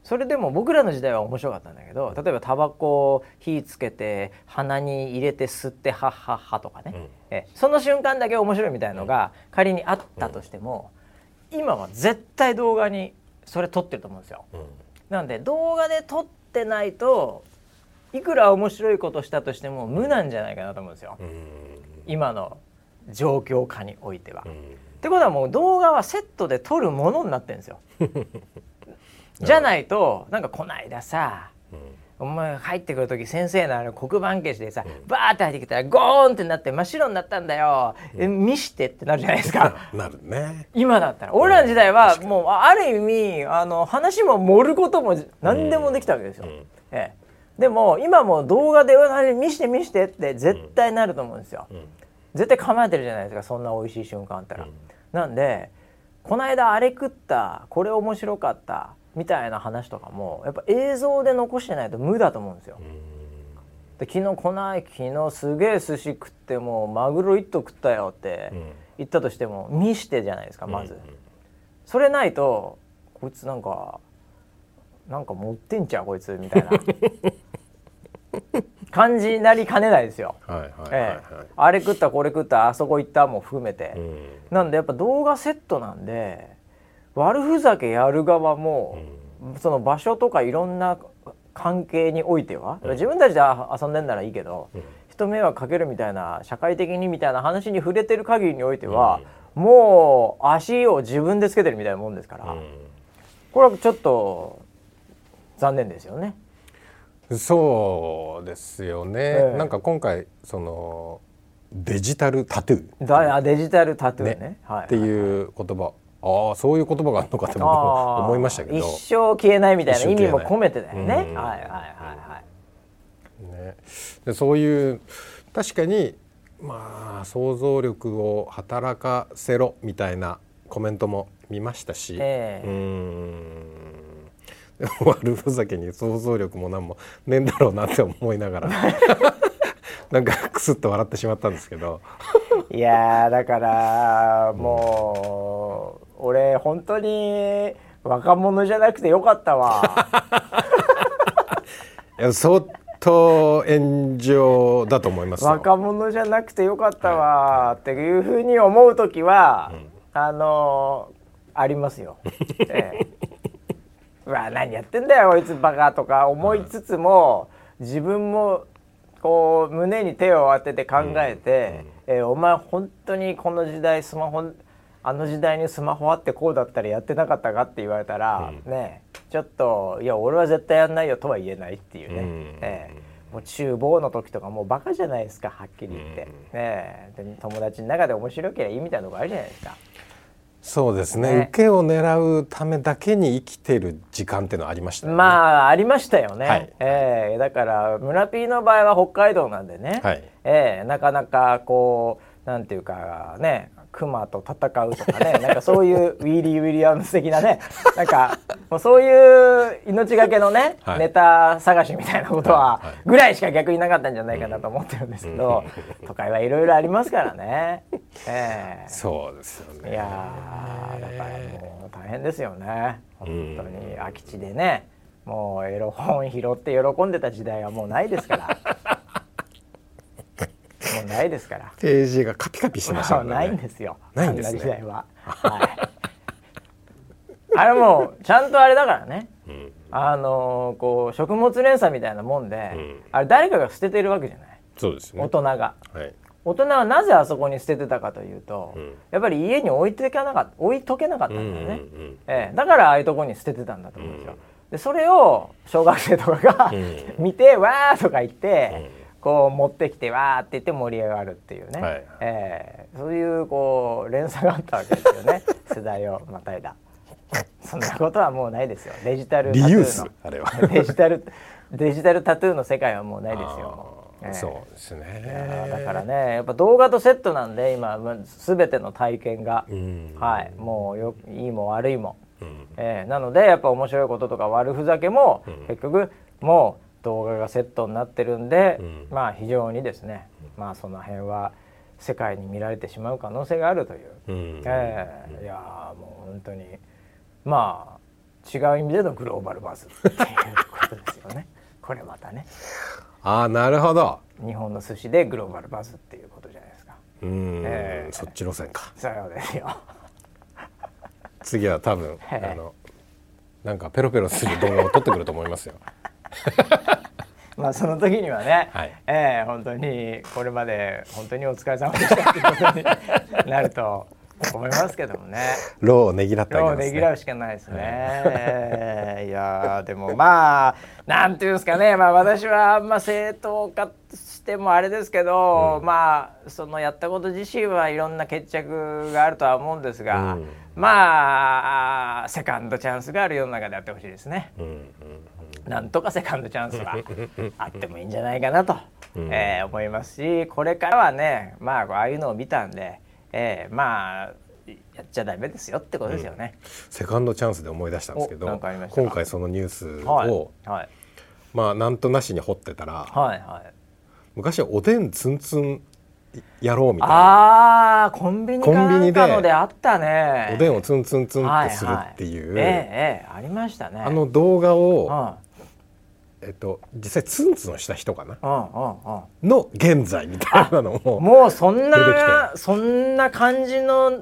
Speaker 1: それでも僕らの時代は面白かったんだけど例えばタバコを火つけて鼻に入れて吸ってハッハッハとかね、
Speaker 2: うん
Speaker 1: えその瞬間だけ面白いみたいのが仮にあったとしても、今は絶対動画にそれ撮ってると思うんですよ。
Speaker 2: うん
Speaker 1: なんで動画で撮ってないといくら面白いことしたとしても無なんじゃないかなと思うんですよ、
Speaker 2: うん
Speaker 1: 今の状況下においては。
Speaker 2: う
Speaker 1: っ
Speaker 2: ん
Speaker 1: てことはもう動画はセットで撮るものになってるんです よ。じゃないとなんかこないださ
Speaker 2: う
Speaker 1: お
Speaker 2: ん
Speaker 1: 前入ってくる時先生のあの黒板消しでさバーって入ってきたらゴーンってなって真っ白になったんだよ、え見してってなるじゃないですか。
Speaker 2: なるね
Speaker 1: 今だったら俺らの時代はもうある意味あの話も盛ることも何でもできたわけですよ、
Speaker 2: うん
Speaker 1: ええ、でも今もう動画で「見して見して」って絶対なると思うんですよ、
Speaker 2: ん
Speaker 1: 絶対構えてるじゃないですかそんな美味しい瞬間あったら、なんでこの間あれ食ったこれ面白かったみたいな話とかもやっぱ映像で残してないと無だと思うんですよ、で昨日来ない昨日すげえ寿司食ってもうマグロ一頭食ったよって
Speaker 2: ん
Speaker 1: 言ったとしても見してじゃないですかまず、それないとこいつなんかなんか持ってんちゃうこいつみたい な感じになりかねないですよ、
Speaker 2: はいはいはい
Speaker 1: ええ
Speaker 2: はい
Speaker 1: あれ食ったこれ食ったあそこ行ったも含めて、
Speaker 2: うん
Speaker 1: なんでやっぱ動画セットなんで悪ふざけやる側も、その場所とかいろんな関係においては、自分たちで遊んでんならいいけど、人迷惑かけるみたいな社会的にみたいな話に触れてる限りにおいては、もう足を自分でつけてるみたいなもんですから、これはちょっと残念ですよね。
Speaker 2: そうですよね、
Speaker 1: ええ
Speaker 2: なんか今回そのデジタルタトゥー
Speaker 1: だあデジタルタトゥーね
Speaker 2: ね
Speaker 1: はい、
Speaker 2: っていう言葉、ああそういう言葉があるのかって僕
Speaker 1: あー
Speaker 2: も思いましたけど、
Speaker 1: 一生消えないみたいな意味も
Speaker 2: 一生消えない
Speaker 1: 込めてだよね。
Speaker 2: うん
Speaker 1: はいはいはいはい。
Speaker 2: ね、でそういう確かにまあ想像力を働かせろみたいなコメントも見ましたし、
Speaker 1: ええ
Speaker 2: うーんでも悪ふざけに想像力も何もねえんだろうなって思いながら なんかクスッと笑ってしまったんですけど
Speaker 1: いやーだからもう俺本当に若者じゃなくてよかった わ
Speaker 2: いや相当炎上だと思いますよ。
Speaker 1: 若者じゃなくてよかったわっていうふうに思う時は、あのーあります よ。ええうわ何やってんだよこいつバカとか思いつつも、自分もこう胸に手を当てて考えて、えーお前本当にこの時代スマホあの時代にスマホあってこうだったらやってなかったかって言われたら、ねえちょっといや俺は絶対やんないよとは言えないっていうね、
Speaker 2: ん
Speaker 1: ええもう厨房の時とかもうバカじゃないですかはっきり言って、ねえで友達の中で面白ければいいみたいなとこあるじゃないですか。
Speaker 2: そうですね
Speaker 1: ね
Speaker 2: 受けを狙うためだけに生きてる時間っていうのはありましたよね。
Speaker 1: まあありましたよね、
Speaker 2: はい
Speaker 1: ええだから村ピーの場合は北海道なんでね、
Speaker 2: はい
Speaker 1: ええなかなかこうなんていうかね熊と戦うとかね なんかそういうウィリー・ウィリアムス的なねなんかもうそういう命がけのね、
Speaker 2: はい
Speaker 1: ネタ探しみたいなことは
Speaker 2: はいはい
Speaker 1: ぐらいしか逆になかったんじゃないかなと思ってるんですけど、都会はいろいろありますからね。ええ
Speaker 2: そうですよ
Speaker 1: い
Speaker 2: ね。
Speaker 1: やーだからもう大変ですよね本当に空き地でねもうエロ本拾って喜んでた時代はもうないですから もうないですから
Speaker 2: ページがカピカピしてました
Speaker 1: も
Speaker 2: か
Speaker 1: う
Speaker 2: らね。
Speaker 1: ないんですよ
Speaker 2: ないんですね
Speaker 1: あな時代は、はい、あれもうちゃんとあれだからね、
Speaker 2: ん
Speaker 1: あのーこう食物連鎖みたいなもんで、あれ誰かが捨ててるわけじゃない
Speaker 2: そうです
Speaker 1: 大
Speaker 2: ね。
Speaker 1: 人が。
Speaker 2: はい。
Speaker 1: 大人はなぜあそこに捨ててたかというと、やっぱり家に置いていかなかった置いとけなかったんだよね、
Speaker 2: うんうんうん
Speaker 1: ええ、だからああいうとこに捨ててたんだと思うんですよ、でそれを小学生とかが 見て「わー」とか言って、こう持ってきて「わー」って言って盛り上がるっていうね、
Speaker 2: はい
Speaker 1: ええそういうこう連鎖があったわけですよ ね世代をまたいだそんなことはもうないですよデジタルタ
Speaker 2: リ
Speaker 1: トゥーの
Speaker 2: ユースあれは。
Speaker 1: デジタルデジタルタトゥーの世界はもうないですよもうええ
Speaker 2: そうです
Speaker 1: あー
Speaker 2: ね。
Speaker 1: だからねやっぱ動画とセットなんで今すべての体験が、はい、もうよいいも悪いも、えーなのでやっぱ面白いこととか悪ふざけも、結局もう動画がセットになってるんで、まあ非常にですねまあその辺は世界に見られてしまう可能性があるという、
Speaker 2: うん
Speaker 1: えーいやーもう本当にまあ違う意味でのグローバルバズっていうことですよねこれまたね。
Speaker 2: ああなるほど。
Speaker 1: 日本の寿司でグローバルバズっていうことじゃないですか
Speaker 2: うん、
Speaker 1: ええ
Speaker 2: そっち路線か。
Speaker 1: そうですよ
Speaker 2: 次は多分、
Speaker 1: ええ
Speaker 2: あのなんかペロペロする動画を撮ってくると思いますよ。
Speaker 1: まあその時にはね、
Speaker 2: はい
Speaker 1: ええ本当にこれまで本当にお疲れ様でしたっていうことになると思いますけどもね
Speaker 2: ローをねぎらってあげ
Speaker 1: 労を
Speaker 2: ます
Speaker 1: ねぎ
Speaker 2: ね。
Speaker 1: らうしかないですね、ええいやーでもまあなんていうんですかねまあ私はあんま正当化してもあれですけど、まあそのやったこと自身はいろんな決着があるとは思うんですが、
Speaker 2: うん
Speaker 1: まあセカンドチャンスがある世の中であってほしいですね。
Speaker 2: うんうん
Speaker 1: なんとかセカンドチャンス はあってもいいんじゃないかなと、
Speaker 2: うん
Speaker 1: えー思いますしこれからはねまあああいうのを見たんで、えーまあやっちゃダメですよってことですよね。
Speaker 2: セカンドチャンスで思い出したんですけど
Speaker 1: おなんかありましたか
Speaker 2: 今回そのニュースを、
Speaker 1: はいはい
Speaker 2: まあなんとなしに掘ってたら、
Speaker 1: はいはい。
Speaker 2: 昔はおでんツンツンやろうみたいな
Speaker 1: ああコンビニか
Speaker 2: コンビ
Speaker 1: なん
Speaker 2: ニで
Speaker 1: かのであったね。
Speaker 2: おでん
Speaker 1: を
Speaker 2: をツンツンツンってするっていう、
Speaker 1: ええええありましたね。
Speaker 2: あの動画
Speaker 1: う
Speaker 2: を、
Speaker 1: ん
Speaker 2: えっと、実際ツンツンした人かな
Speaker 1: うんうんうん。
Speaker 2: の現在みたいなのを、
Speaker 1: もうそん
Speaker 2: 出て
Speaker 1: なそんな感じの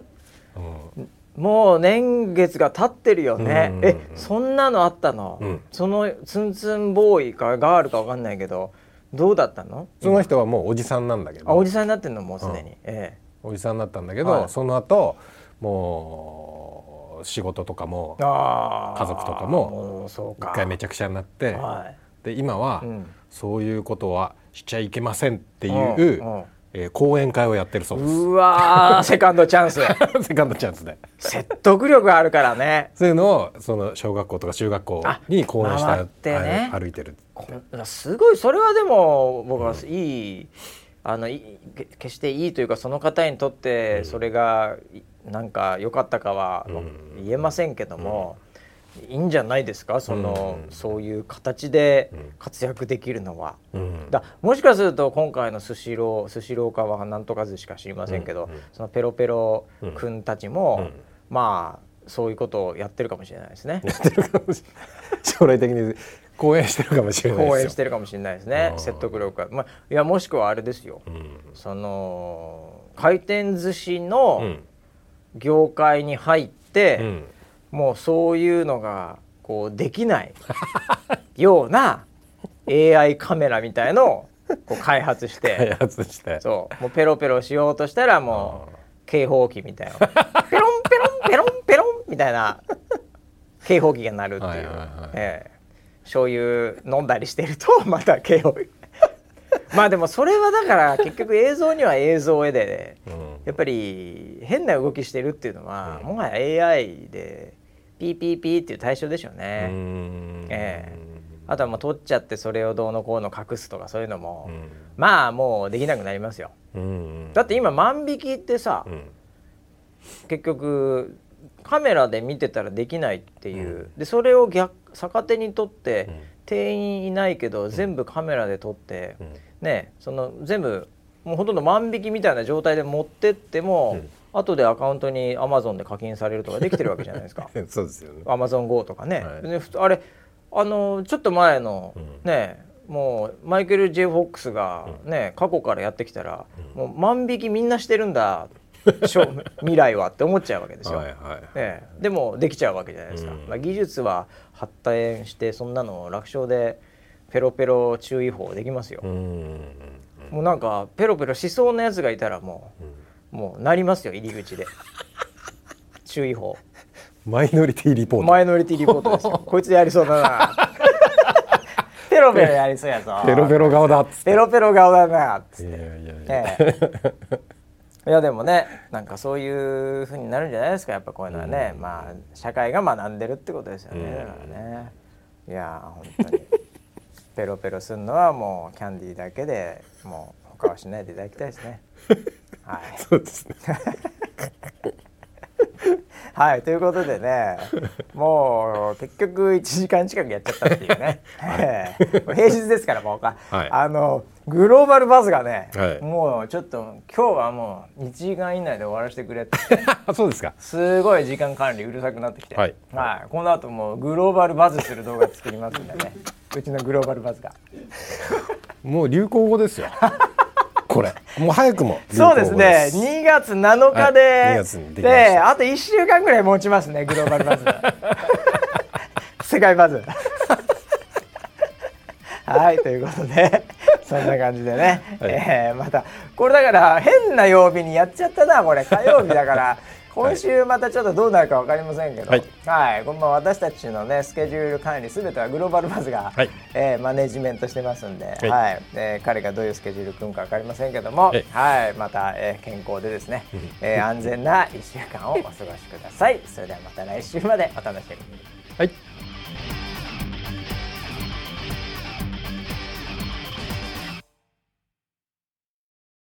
Speaker 1: もう年月が経ってるよね、
Speaker 2: うんうんうん
Speaker 1: えそんなのあったの、
Speaker 2: うん
Speaker 1: そのツンツンボーイかガールかわかんないけどどうだったの
Speaker 2: その人はもうおじさんなんだけど
Speaker 1: あおじさんになってんのもうすでに、え
Speaker 2: おじさんになったんだけど、
Speaker 1: はい
Speaker 2: その後もう仕事とかも
Speaker 1: えあー
Speaker 2: 家族とかも
Speaker 1: うそうか
Speaker 2: 一回めちゃくちゃになって、
Speaker 1: はい
Speaker 2: で今は、
Speaker 1: うん
Speaker 2: そういうことはしちゃいけませんっていう、
Speaker 1: うんうん
Speaker 2: えー講演会をやってるそうです。
Speaker 1: うわーセカンドチャンス
Speaker 2: セカンドチャンスで
Speaker 1: 説得力あるからね
Speaker 2: そういうのをその小学校とか中学校に講演し
Speaker 1: あ回っててね
Speaker 2: あ歩いてる
Speaker 1: こんすごいそれはでも僕はいい、あのいけ決していいというかその方にとってそれがいなんか良かったかは
Speaker 2: うん
Speaker 1: 言えませんけども、いいんじゃないですかその、
Speaker 2: うん
Speaker 1: そういう形で
Speaker 2: うん
Speaker 1: 活躍できるのは。
Speaker 2: うん
Speaker 1: だもしかすると今回のスシロースシローかはなんとかずしか知りませんけど、
Speaker 2: うんうん
Speaker 1: そのペロペロくんたちも、
Speaker 2: うん
Speaker 1: まあそういうことをやってるかもしれないですね。
Speaker 2: やってるかもしれない将来的に講演してるかもしれない
Speaker 1: 応
Speaker 2: で
Speaker 1: 援し
Speaker 2: すよ。
Speaker 1: てるかもしれないですね
Speaker 2: うん
Speaker 1: 説得力が、まあ、いやもしくはあれですよ、その回転寿司
Speaker 2: うんう
Speaker 1: の
Speaker 2: ん
Speaker 1: 業界に入っ
Speaker 2: う
Speaker 1: て、
Speaker 2: ん
Speaker 1: もうそういうのがこうできないような AI カメラみたいのをこう開発し
Speaker 2: 開
Speaker 1: て
Speaker 2: 発して
Speaker 1: そうもうペロペロしようとしたらもう警報器みたいなペロンペロンペロンペロンみたいな警報器が鳴るっていう、
Speaker 2: はいはいはい
Speaker 1: ええ醤油飲んだりしてるとまた警報器まあでもそれはだから結局映像には映像絵で、
Speaker 2: うん
Speaker 1: やっぱり変な動きしてるっていうのは、
Speaker 2: うん
Speaker 1: もはや AI でピーピーピーっていう対象でしょう
Speaker 2: う
Speaker 1: ね、
Speaker 2: ん
Speaker 1: ええあとはもう取っちゃってそれをどうのこうの隠すとかそういうのも、
Speaker 2: うん
Speaker 1: まあもうできなくなりますよ
Speaker 2: うん
Speaker 1: だって今万引きってさ、
Speaker 2: うん
Speaker 1: 結局カメラで見てたらできないっていう、でそれを逆逆手に取って、
Speaker 2: うん
Speaker 1: 店員いないけど全部カメラで撮って、
Speaker 2: うん
Speaker 1: ねその全部もうほとんど万引きみたいな状態で持ってっても、
Speaker 2: うん
Speaker 1: 後でアカウントに Amazon で課金されるとかできてるわけじゃないですか
Speaker 2: そうですよね。
Speaker 1: AmazonGO とかね、
Speaker 2: はい
Speaker 1: でふあれあのちょっと前の、
Speaker 2: うん
Speaker 1: ねもうマイケル・ J ・フォックスが、ね過去からやってきたら、もう万引きみんなしてるんだしょ 未来はって思っちゃうわけですよ。
Speaker 2: はいはい。
Speaker 1: ええ、でもできちゃうわけじゃないですか、
Speaker 2: うん
Speaker 1: まあ、技術は発展してそんなの楽勝でペロペロ注意報できますよ、
Speaker 2: うん
Speaker 1: もうなんかペロペロしそうなやつがいたらもうもうなりますよ入り 口で注意報
Speaker 2: マイノリティリポート。
Speaker 1: マイノリティリポートですよこいつやりそうだ なペロペロやりそうやぞ
Speaker 2: ペロペロ顔だっつって。
Speaker 1: ペロペロ顔だなっつって
Speaker 2: いやいやいや。
Speaker 1: ええいやでもねなんかそういうふうになるんじゃないですかやっぱこういうのはね、まあ社会が学んでるってことですよね、だからねいやー本当にペロペロするのはもうキャンディーだけでもう他はしないでいただきたいです ねはい
Speaker 2: そうですね。
Speaker 1: はいということで ねもう結局1時間近くやっちゃったっていう ね、ええ平日ですからもうか、
Speaker 2: はい
Speaker 1: あのグローバルバズがね、
Speaker 2: はい
Speaker 1: もうちょっと今日はもう1時間以内で終わらせてくれ って
Speaker 2: あ、そうですか。
Speaker 1: すごい時間管理うるさくなってきて、
Speaker 2: はい
Speaker 1: この後もうグローバルバズする動画作りますんで ねうちのグローバルバズが
Speaker 2: もう流行語ですよ。これ。もう早くも流行
Speaker 1: そう
Speaker 2: 語
Speaker 1: ですね2月7日で、
Speaker 2: はい2月にできました
Speaker 1: であと1週間ぐらい持ちますねグローバル バズ世界バズはいということでそんな感じでね、
Speaker 2: はい
Speaker 1: えーまたこれだから変な曜日にやっちゃったなこれ火曜日だ から今週またちょっとどうなるか分かりませんけど、
Speaker 2: はい
Speaker 1: はい、このまま私たちのねスケジュール管理すべてはグローバルバズが、
Speaker 2: はい
Speaker 1: えーマネジメントしてますんで、はい
Speaker 2: い
Speaker 1: えー彼がどういうスケジュール組むか分かりませんけども
Speaker 2: え、
Speaker 1: はい、また、えー健康で ですね、えー安全な1週間をお過ごしください。それではまた来週までお楽しみに。
Speaker 2: はい。